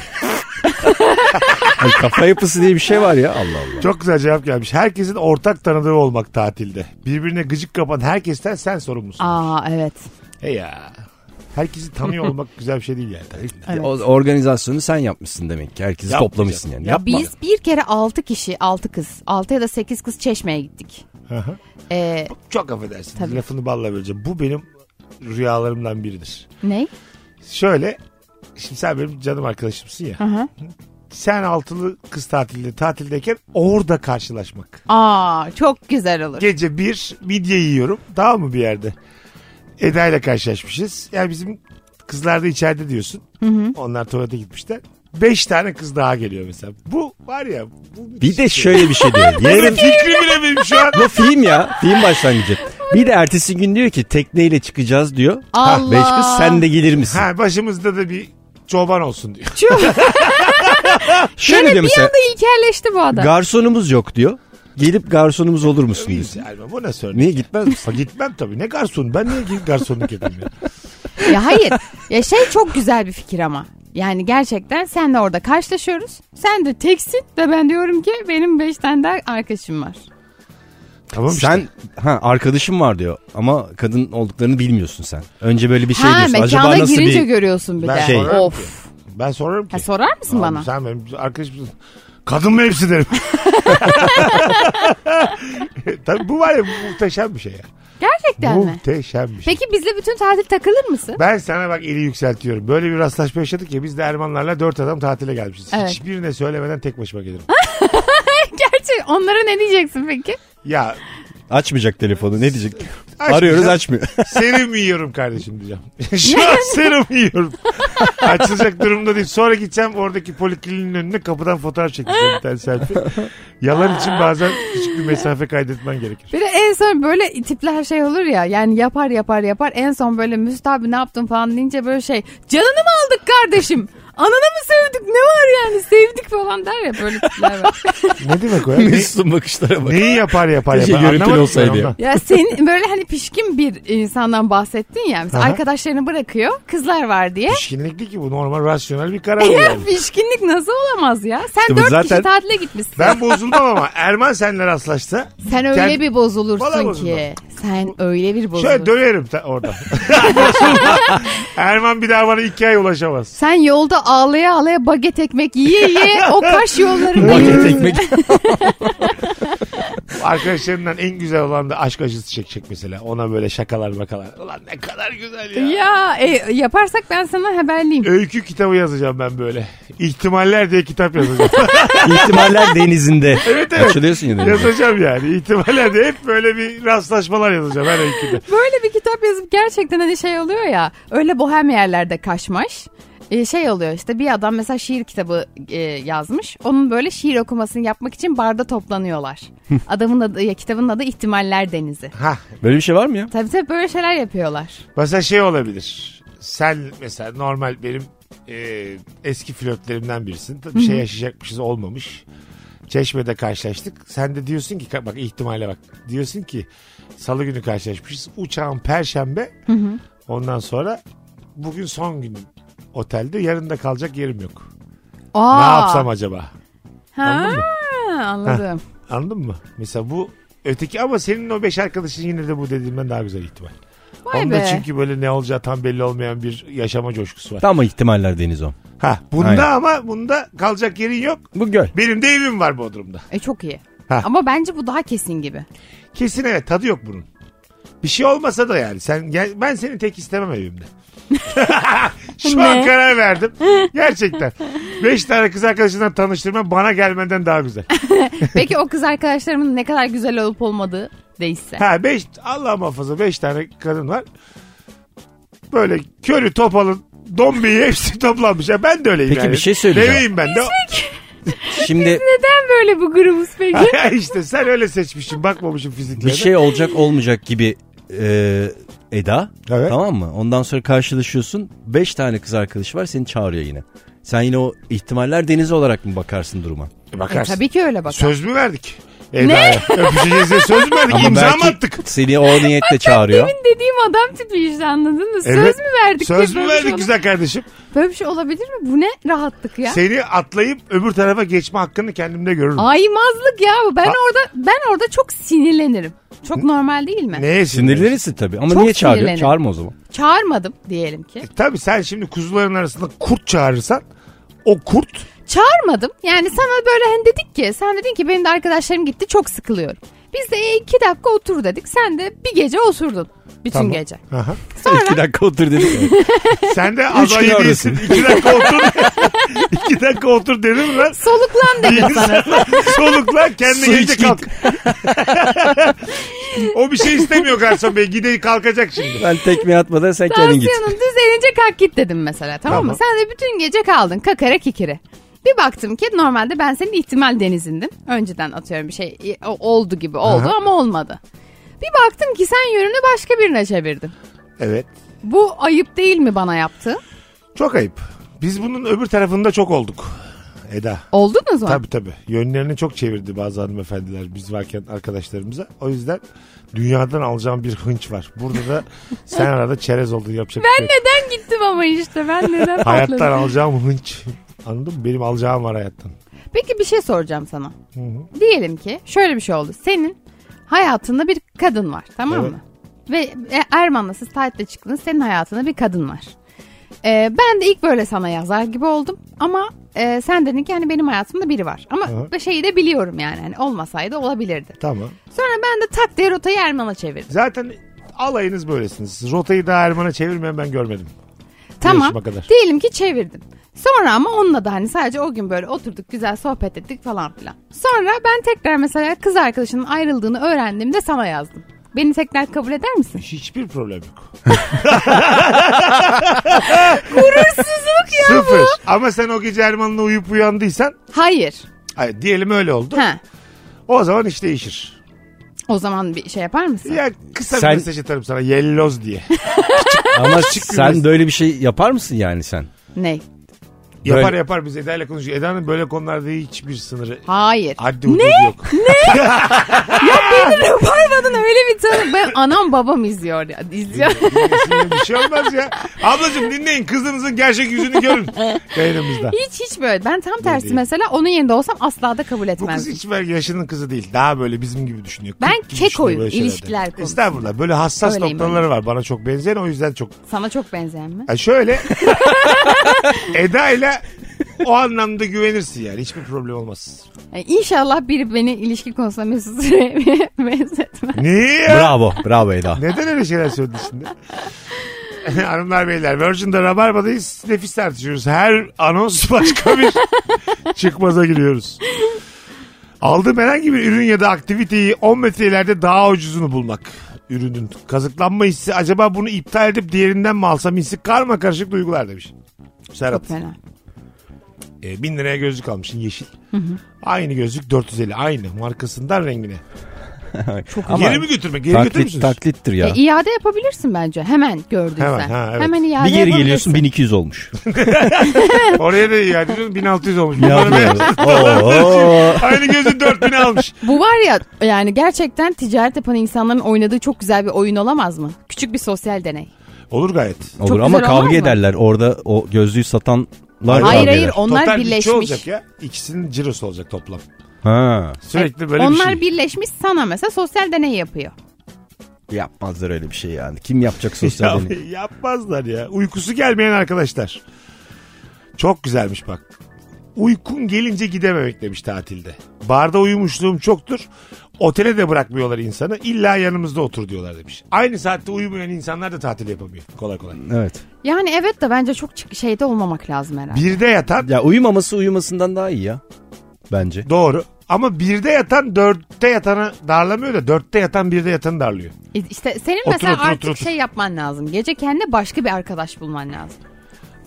[SPEAKER 5] kafa yapısı diye bir şey var ya. Allah Allah.
[SPEAKER 3] Çok güzel cevap gelmiş. Herkesin ortak tanıdığı olmak tatilde. Birbirine gıcık kapan herkesten sen sorumlusun.
[SPEAKER 4] Aa evet.
[SPEAKER 3] He ya. Herkesi tanıyor
[SPEAKER 4] <laughs>
[SPEAKER 3] olmak güzel bir şey değil yani. tatilde.
[SPEAKER 5] O- organizasyonu sen yapmışsın demek ki. Herkesi
[SPEAKER 3] Yapmayacağım.
[SPEAKER 5] toplamışsın yani.
[SPEAKER 3] Ya
[SPEAKER 5] Yapma.
[SPEAKER 4] Biz bir kere 6 kişi, 6 kız, 6 ya da 8 kız çeşmeye gittik.
[SPEAKER 3] hı.
[SPEAKER 4] Ee,
[SPEAKER 3] Çok affedersin.
[SPEAKER 4] Tabii.
[SPEAKER 3] Lafını balla böleceğim. Bu benim rüyalarımdan biridir.
[SPEAKER 4] ne?
[SPEAKER 3] Şöyle. Şimdi sen benim canım arkadaşımsın ya. Sen altılı kız tatilde tatildeyken orada karşılaşmak.
[SPEAKER 4] Aa çok güzel olur.
[SPEAKER 3] Gece bir midye yiyorum. Tamam mı bir yerde? Eda ile karşılaşmışız. Yani bizim kızlar da içeride diyorsun. Onlar tuvalete gitmişler. Beş tane kız daha geliyor mesela. Bu var ya. Bu
[SPEAKER 5] <laughs> Bir de şöyle bir
[SPEAKER 4] <laughs>
[SPEAKER 5] şey diyor.
[SPEAKER 3] Benim
[SPEAKER 5] Yarın
[SPEAKER 3] fikri bile benim şu an.
[SPEAKER 5] Bu film ya. Film başlangıcı. Bir de ertesi gün diyor ki tekneyle çıkacağız diyor. Ha,
[SPEAKER 4] Allah.
[SPEAKER 5] Beş kız sen de gelir misin?
[SPEAKER 3] Ha, başımızda da bir çoban olsun diyor.
[SPEAKER 5] Şöyle diyor
[SPEAKER 4] bir
[SPEAKER 5] mesela.
[SPEAKER 4] anda ilkelleşti bu adam.
[SPEAKER 5] Garsonumuz yok diyor. Gelip garsonumuz olur musun diyor.
[SPEAKER 3] Yani bu nasıl örnek?
[SPEAKER 5] Niye gitmez misin?
[SPEAKER 3] Ha, gitmem tabii. Ne garson? Ben niye gidip garsonluk edeyim ya?
[SPEAKER 4] ya hayır. Ya şey çok güzel bir fikir ama. Yani gerçekten senle orada karşılaşıyoruz. Sen de teksin ve ben diyorum ki benim 5 tane daha arkadaşım var.
[SPEAKER 3] Tamam işte.
[SPEAKER 5] Sen ha arkadaşım var diyor ama kadın olduklarını bilmiyorsun sen. Önce böyle bir şey
[SPEAKER 4] ha
[SPEAKER 5] diyorsun.
[SPEAKER 4] mekana
[SPEAKER 5] Acaba nasıl
[SPEAKER 4] girince
[SPEAKER 5] bir
[SPEAKER 4] görüyorsun bir
[SPEAKER 3] Ben
[SPEAKER 4] de.
[SPEAKER 5] şey-
[SPEAKER 4] Of.
[SPEAKER 3] Ben sorarım ki.
[SPEAKER 4] Ha, sorar mısın
[SPEAKER 3] Abi
[SPEAKER 4] bana?
[SPEAKER 3] Sen benim arkadaşımsın. Kadın mı hepsi
[SPEAKER 4] <laughs>
[SPEAKER 3] derim. Tabii bu var ya bu muhteşem bir şey ya.
[SPEAKER 4] Gerçekten mi?
[SPEAKER 3] muhteşem bir şey.
[SPEAKER 4] Peki bizle bütün tatil takılır mısın?
[SPEAKER 3] Ben sana bak eli yükseltiyorum. Böyle bir rastlaşma yaşadık ya biz de Ermanlarla dört adam tatile gelmişiz.
[SPEAKER 4] Evet.
[SPEAKER 3] Hiçbirine söylemeden tek başıma gelirim.
[SPEAKER 4] <laughs> Gerçi onlara ne diyeceksin peki?
[SPEAKER 3] ya
[SPEAKER 5] açmayacak telefonu ne diyecek?
[SPEAKER 3] Açmayacak.
[SPEAKER 5] Arıyoruz açmıyor.
[SPEAKER 3] <laughs> serum yiyorum kardeşim
[SPEAKER 4] <laughs>
[SPEAKER 3] diyeceğim. Şu an serum yiyorum. Açılacak durumda değil. Sonra gideceğim oradaki polikliniğin önüne kapıdan fotoğraf çekeceğim bir tane selfie. Yalan için bazen küçük bir mesafe kaydetmen gerekir.
[SPEAKER 4] Bir de en son böyle tipler şey olur ya yani yapar yapar yapar en son böyle Müst abi ne yaptın falan deyince böyle şey canını mı aldık kardeşim? Anana mı sevdik ne var yani sevdik falan der ya böyle tipler <laughs> var.
[SPEAKER 3] Ne demek o ya? Ne-
[SPEAKER 5] Mesut'un bakışlara bak.
[SPEAKER 3] neyi yapar yapar
[SPEAKER 5] Keşke
[SPEAKER 3] yapar.
[SPEAKER 5] şey görüntülü
[SPEAKER 3] Anlamadım ben
[SPEAKER 5] olsaydı
[SPEAKER 3] ondan.
[SPEAKER 5] ya.
[SPEAKER 4] Ya senin böyle hani pişkin bir insandan bahsettin ya. Mesela
[SPEAKER 3] Aha.
[SPEAKER 4] arkadaşlarını bırakıyor kızlar var diye.
[SPEAKER 3] Pişkinlikli ki bu normal rasyonel bir karar bu
[SPEAKER 4] <laughs>
[SPEAKER 3] yani.
[SPEAKER 4] Pişkinlik nasıl olamaz ya?
[SPEAKER 5] Ya
[SPEAKER 4] Sen
[SPEAKER 5] bu
[SPEAKER 4] dört kişi
[SPEAKER 5] zaten-
[SPEAKER 4] tatile gitmişsin.
[SPEAKER 3] Ben bozulmam ama Erman senle rastlaşsa
[SPEAKER 4] Sen öyle
[SPEAKER 3] Kend-
[SPEAKER 4] bir
[SPEAKER 3] Valla
[SPEAKER 4] bozulursun
[SPEAKER 3] bozulmam.
[SPEAKER 4] ki. Sen öyle bir
[SPEAKER 3] şöyle
[SPEAKER 4] bozulursun.
[SPEAKER 3] dönerim ta- orada. <laughs> Erman bir daha bana iki ay ulaşamaz.
[SPEAKER 4] Sen yolda ağlaya ağlaya baget ekmek yiye yiye
[SPEAKER 3] <laughs>
[SPEAKER 4] o kaş yollarında
[SPEAKER 5] Paket
[SPEAKER 4] yürürsün.
[SPEAKER 5] ekmek.
[SPEAKER 3] Arkadaşlarından en güzel olan da aşk acısı çekecek mesela. Ona böyle şakalar makalar. Ulan ne kadar güzel ya.
[SPEAKER 4] Ya e, yaparsak ben sana haberliyim.
[SPEAKER 3] Öykü kitabı yazacağım ben böyle. İhtimaller diye kitap yazacağım. <laughs>
[SPEAKER 5] <laughs> İhtimaller denizinde. Evet
[SPEAKER 3] evet.
[SPEAKER 5] Açılıyorsun ya denize.
[SPEAKER 3] yazacağım yani. İhtimaller diye hep böyle bir rastlaşmalar yazacağım her öyküde.
[SPEAKER 4] Böyle bir kitap yazıp gerçekten hani şey oluyor ya. Öyle bohem yerlerde kaşmaş. E, şey oluyor işte bir adam mesela şiir kitabı e, yazmış. Onun böyle şiir okumasını yapmak için barda
[SPEAKER 3] <laughs>
[SPEAKER 4] toplanıyorlar. Adamın adı ya kitabın adı İhtimaller Denizi.
[SPEAKER 3] Hah
[SPEAKER 5] Böyle bir şey var mı ya?
[SPEAKER 4] Tabii tabii böyle şeyler yapıyorlar.
[SPEAKER 3] Mesela şey olabilir. Sen mesela normal benim e, eski flörtlerimden birisin. Tabii bir şey yaşayacakmışız olmamış. Çeşmede karşılaştık. Sen de diyorsun ki bak ihtimale bak. Diyorsun ki salı günü karşılaşmışız. Uçağın perşembe. Ondan sonra bugün son günüm otelde. Yarın da kalacak yerim yok.
[SPEAKER 4] Aa,
[SPEAKER 3] Ne yapsam acaba?
[SPEAKER 4] Ha, anladım.
[SPEAKER 3] Anladın mı? Mesela bu öteki ama senin o beş arkadaşın yine de bu dediğimden daha güzel ihtimal.
[SPEAKER 4] Vay
[SPEAKER 3] Onda
[SPEAKER 4] be.
[SPEAKER 3] çünkü böyle ne olacağı tam belli olmayan bir yaşama coşkusu var.
[SPEAKER 5] Tam ihtimaller deniz o.
[SPEAKER 3] Ha bunda
[SPEAKER 5] Aynen.
[SPEAKER 3] ama bunda kalacak yerin yok.
[SPEAKER 5] Bu göl.
[SPEAKER 3] Benim de evim var Bodrum'da.
[SPEAKER 4] E çok iyi.
[SPEAKER 3] Ha.
[SPEAKER 4] Ama bence bu daha kesin gibi.
[SPEAKER 3] Kesin evet tadı yok bunun. Bir şey olmasa da yani sen gel, ben seni tek istemem
[SPEAKER 5] <laughs>
[SPEAKER 3] evimde. Şu an
[SPEAKER 4] Ne?
[SPEAKER 3] karar verdim. Gerçekten. Beş tane kız arkadaşından tanıştırma bana gelmenden daha güzel.
[SPEAKER 4] Peki o kız arkadaşlarımın ne kadar güzel olup olmadığı değilse.
[SPEAKER 3] Ha beş Allah muhafaza beş tane kadın var. Böyle körü topalın dombiyi hepsi toplanmış. Ya ben de öyleyim
[SPEAKER 5] Peki
[SPEAKER 3] yani.
[SPEAKER 5] bir şey söyleyeceğim.
[SPEAKER 3] Deveyim ben de.
[SPEAKER 5] Şimdi
[SPEAKER 4] Neden böyle bu grubuz peki?
[SPEAKER 3] <laughs> işte sen öyle seçmişsin bakmamışım fiziklerine.
[SPEAKER 5] bir şey olacak olmayacak gibi e, Eda.
[SPEAKER 3] Evet.
[SPEAKER 5] Tamam mı? Ondan sonra karşılaşıyorsun. Beş tane kız arkadaşı var seni çağırıyor yine. Sen yine o ihtimaller denizi olarak mı bakarsın duruma?
[SPEAKER 4] E,
[SPEAKER 3] Bakarsın.
[SPEAKER 4] tabii ki öyle bakar.
[SPEAKER 3] Söz mü verdik? Eda'ya? Öpüşeceğiz diye söz mü verdik? İmza mı attık?
[SPEAKER 5] seni o niyetle çağırıyor.
[SPEAKER 4] Demin dediğim adam tipi işte anladın mı? Söz
[SPEAKER 3] Evet.
[SPEAKER 4] mü verdik?
[SPEAKER 3] Söz
[SPEAKER 4] diye
[SPEAKER 3] mü
[SPEAKER 4] böyle bir şey
[SPEAKER 3] verdik
[SPEAKER 4] ola-
[SPEAKER 3] güzel Şey- kardeşim?
[SPEAKER 4] Böyle bir şey olabilir mi? Bu ne rahatlık ya?
[SPEAKER 3] Seni atlayıp öbür tarafa geçme hakkını kendimde görürüm.
[SPEAKER 4] Aymazlık ya bu. Ben
[SPEAKER 3] Ha-
[SPEAKER 4] orada ben orada çok sinirlenirim. Çok normal değil mi?
[SPEAKER 3] Neye sinirlenirsin?
[SPEAKER 5] Sinirlenirsin tabii ama
[SPEAKER 4] Çok
[SPEAKER 5] niye çağırıyor?
[SPEAKER 4] sinirlenirim.
[SPEAKER 5] Çağırma o zaman.
[SPEAKER 4] Çağırmadım diyelim ki.
[SPEAKER 3] Tabii sen şimdi kuzuların arasında kurt çağırırsan o kurt
[SPEAKER 4] Çağırmadım. Yani sana böyle hani dedik ki sen dedin ki benim de arkadaşlarım gitti çok sıkılıyorum. Biz de "E, iki dakika otur dedik. Sen de bir gece oturdun. Bütün
[SPEAKER 3] Tamam.
[SPEAKER 4] gece.
[SPEAKER 3] Aha.
[SPEAKER 5] İki dakika otur dedik.
[SPEAKER 3] sen de
[SPEAKER 5] <laughs> Üç gün
[SPEAKER 3] adayı
[SPEAKER 5] oradasın.
[SPEAKER 3] değilsin. İki dakika otur. <laughs> İki dakika otur dedim lan.
[SPEAKER 4] Soluklan dedim <laughs> sana.
[SPEAKER 3] Solukla kendi
[SPEAKER 5] Su iç
[SPEAKER 3] gelecek
[SPEAKER 5] git.
[SPEAKER 3] kalk. <laughs> o bir şey istemiyor garson bey. Gide kalkacak şimdi.
[SPEAKER 5] ben tekme atmadan sen kendin git.
[SPEAKER 4] Tansiyonun düzelince kalk git dedim mesela tamam, mı?
[SPEAKER 3] Tamam.
[SPEAKER 4] Sen de bütün gece kaldın kakara kikiri. Bir baktım ki normalde ben senin ihtimal denizindim. Önceden atıyorum bir şey e, o- oldu gibi oldu ama olmadı. Bir baktım ki sen yönünü başka birine çevirdin.
[SPEAKER 3] Evet.
[SPEAKER 4] Bu ayıp değil mi bana yaptı?
[SPEAKER 3] Çok ayıp. Biz bunun öbür tarafında çok olduk. Eda.
[SPEAKER 4] Oldunuz mu?
[SPEAKER 3] Tabii tabii. Yönlerini çok çevirdi bazı hanımefendiler biz varken arkadaşlarımıza. O yüzden dünyadan alacağım bir hınç var. Burada
[SPEAKER 4] <laughs>
[SPEAKER 3] da sen arada çerez oldun yapacak bir şey
[SPEAKER 4] Ben
[SPEAKER 3] yok.
[SPEAKER 4] neden gittim ama işte ben neden patladım?
[SPEAKER 3] Hayattan alacağım hınç. Anladın mı? Benim alacağım var hayattan.
[SPEAKER 4] Peki bir şey soracağım sana. Diyelim ki şöyle bir şey oldu. Senin hayatında bir kadın var tamam
[SPEAKER 3] Evet.
[SPEAKER 4] mı? Ve e, Erman'la siz taytla çıktınız. Senin hayatında bir kadın var. Ee, ben de ilk böyle sana yazar gibi oldum. Ama e, sen dedin ki hani benim hayatımda biri var. Ama
[SPEAKER 3] Hı.
[SPEAKER 4] bu şeyi de biliyorum yani. Hani olmasaydı olabilirdi.
[SPEAKER 3] Tamam.
[SPEAKER 4] Sonra ben de tak diye rotayı Erman'a çevirdim.
[SPEAKER 3] Zaten alayınız böylesiniz. Rotayı daha Erman'a çevirmeyen ben görmedim.
[SPEAKER 4] Tamam.
[SPEAKER 3] Yarışma kadar.
[SPEAKER 4] Diyelim ki çevirdim. Sonra ama onunla da hani sadece o gün böyle oturduk güzel sohbet ettik falan filan. Sonra ben tekrar mesela kız arkadaşının ayrıldığını öğrendiğimde sana yazdım. Beni tekrar kabul eder misin?
[SPEAKER 3] Hiçbir problem yok.
[SPEAKER 4] <laughs> Gurursuzluk ya
[SPEAKER 3] Sıfır.
[SPEAKER 4] bu.
[SPEAKER 3] Ama sen o gece Erman'la uyup uyandıysan
[SPEAKER 4] Hayır.
[SPEAKER 3] ay, diyelim öyle oldu.
[SPEAKER 4] Ha.
[SPEAKER 3] O zaman iş değişir.
[SPEAKER 4] O zaman bir şey yapar mısın?
[SPEAKER 3] Ya kısa
[SPEAKER 5] Sen-
[SPEAKER 3] bir mesaj atarım sana.
[SPEAKER 5] <laughs>
[SPEAKER 3] Yelloz diye.
[SPEAKER 5] Ama sen böyle bir şey yapar mısın yani sen?
[SPEAKER 4] Ney?
[SPEAKER 3] Yapar
[SPEAKER 5] Böyle-
[SPEAKER 3] yapar biz Eda ile konuşuyor. Eda'nın böyle konularda hiçbir sınırı.
[SPEAKER 4] Hayır.
[SPEAKER 3] Haddi hududu yok.
[SPEAKER 4] Rabarba'dan öyle bir tanı. Ben anam babam izliyor ya. İzliyor.
[SPEAKER 3] Sinir bir şey olmaz ya. Ablacığım dinleyin kızınızın gerçek yüzünü
[SPEAKER 4] <laughs>
[SPEAKER 3] görün yayınımızda.
[SPEAKER 4] hiç hiç böyle. Ben tam tersi
[SPEAKER 3] değil.
[SPEAKER 4] mesela onun yerinde olsam asla da kabul
[SPEAKER 3] Bu kız
[SPEAKER 4] etmezdim.
[SPEAKER 3] hiç böyle yaşının kızı değil. Daha böyle bizim gibi düşünüyor.
[SPEAKER 4] Ben
[SPEAKER 3] Kırk gibi düşünüyor
[SPEAKER 4] kekoyum,
[SPEAKER 3] böyle şeylerde.
[SPEAKER 4] ilişkiler konusunda.
[SPEAKER 3] Estağfurullah. Böyle hassas
[SPEAKER 4] Öyleyim,
[SPEAKER 3] noktaları var. Bana çok benzeyen o yüzden çok.
[SPEAKER 4] Sana çok benzeyen mi?
[SPEAKER 3] Yani
[SPEAKER 4] <laughs>
[SPEAKER 3] şöyle. Eda ile o anlamda güvenirsin yani. Hiçbir problem olmaz.
[SPEAKER 4] Yani E, inşallah biri beni ilişki konusunda Mesut Süre'ye <laughs> benzetmez.
[SPEAKER 3] Niye? ya?
[SPEAKER 5] Bravo. Bravo Eda.
[SPEAKER 3] Neden öyle şeyler söyledin şimdi? <laughs> Hanımlar beyler Virgin'de Rabarba'dayız. Nefis tartışıyoruz. Her anons <laughs> başka bir çıkmaza giriyoruz. Aldığım herhangi bir ürün ya da aktiviteyi 10 metre ileride daha ucuzunu bulmak ürünün. Kazıklanma hissi acaba bunu iptal edip diğerinden mi alsam hissi karma karışık duygular demiş. Serhat.
[SPEAKER 4] Çok fena.
[SPEAKER 3] E, bin liraya gözlük almışsın yeşil. Aynı gözlük 450 aynı markasından rengine.
[SPEAKER 5] Çok
[SPEAKER 3] geri mi götürmek? Geri götürür
[SPEAKER 5] taklit,
[SPEAKER 3] müsünüz?
[SPEAKER 5] taklittir ya.
[SPEAKER 4] E, iade yapabilirsin bence. Hemen gördüysen.
[SPEAKER 3] Hemen,
[SPEAKER 4] Hemen,
[SPEAKER 3] ha, evet.
[SPEAKER 4] iade
[SPEAKER 5] bir geri
[SPEAKER 4] yapabilirsin.
[SPEAKER 5] geliyorsun 1200 <laughs> olmuş.
[SPEAKER 3] Oraya da iade ediyorsun 1600 olmuş.
[SPEAKER 5] Ne
[SPEAKER 3] Bunları ver.
[SPEAKER 5] yapıyorsun? Oo.
[SPEAKER 3] <laughs> Aynı gözü 4000 almış.
[SPEAKER 4] Bu var ya yani gerçekten ticaret yapan insanların oynadığı çok güzel bir oyun olamaz mı? Küçük bir sosyal deney.
[SPEAKER 3] Olur gayet.
[SPEAKER 5] Olur
[SPEAKER 4] güzel
[SPEAKER 5] ama
[SPEAKER 4] olmaz
[SPEAKER 5] kavga
[SPEAKER 4] mı?
[SPEAKER 5] ederler. Orada o gözlüğü satanlar
[SPEAKER 3] Hayır,
[SPEAKER 5] kavga
[SPEAKER 4] hayır,
[SPEAKER 5] eder.
[SPEAKER 4] hayır, Onlar
[SPEAKER 3] Total bütçe
[SPEAKER 4] birleşmiş.
[SPEAKER 3] olacak ya. İkisinin cirosu olacak toplam.
[SPEAKER 5] Ha.
[SPEAKER 3] Sürekli böyle
[SPEAKER 4] Onlar
[SPEAKER 3] bir şey.
[SPEAKER 4] birleşmiş sana mesela sosyal deney yapıyor.
[SPEAKER 5] Yapmazlar öyle bir şey yani. Kim <laughs> yapacak sosyal deney?
[SPEAKER 3] Ya, <laughs> yapmazlar ya. Uykusu gelmeyen arkadaşlar. Çok güzelmiş bak. Uykun gelince gidememek demiş tatilde. Barda uyumuşluğum çoktur. Otele de bırakmıyorlar insanı. İlla yanımızda otur diyorlar demiş. Aynı saatte uyumayan insanlar da tatil yapamıyor. Kolay kolay.
[SPEAKER 5] Evet.
[SPEAKER 4] Yani evet de bence çok çık- şeyde olmamak lazım herhalde.
[SPEAKER 3] Birde yatan
[SPEAKER 5] Ya uyumaması uyumasından daha iyi ya. Bence.
[SPEAKER 3] doğru. Ama birde yatan dörtte yatanı darlamıyor da dörtte yatan birde yatanı darlıyor.
[SPEAKER 4] E, İşte senin
[SPEAKER 3] Otur,
[SPEAKER 4] mesela
[SPEAKER 3] otur,
[SPEAKER 4] artık
[SPEAKER 3] otur, otur.
[SPEAKER 4] şey yapman lazım. Gece kendine başka bir arkadaş bulman lazım.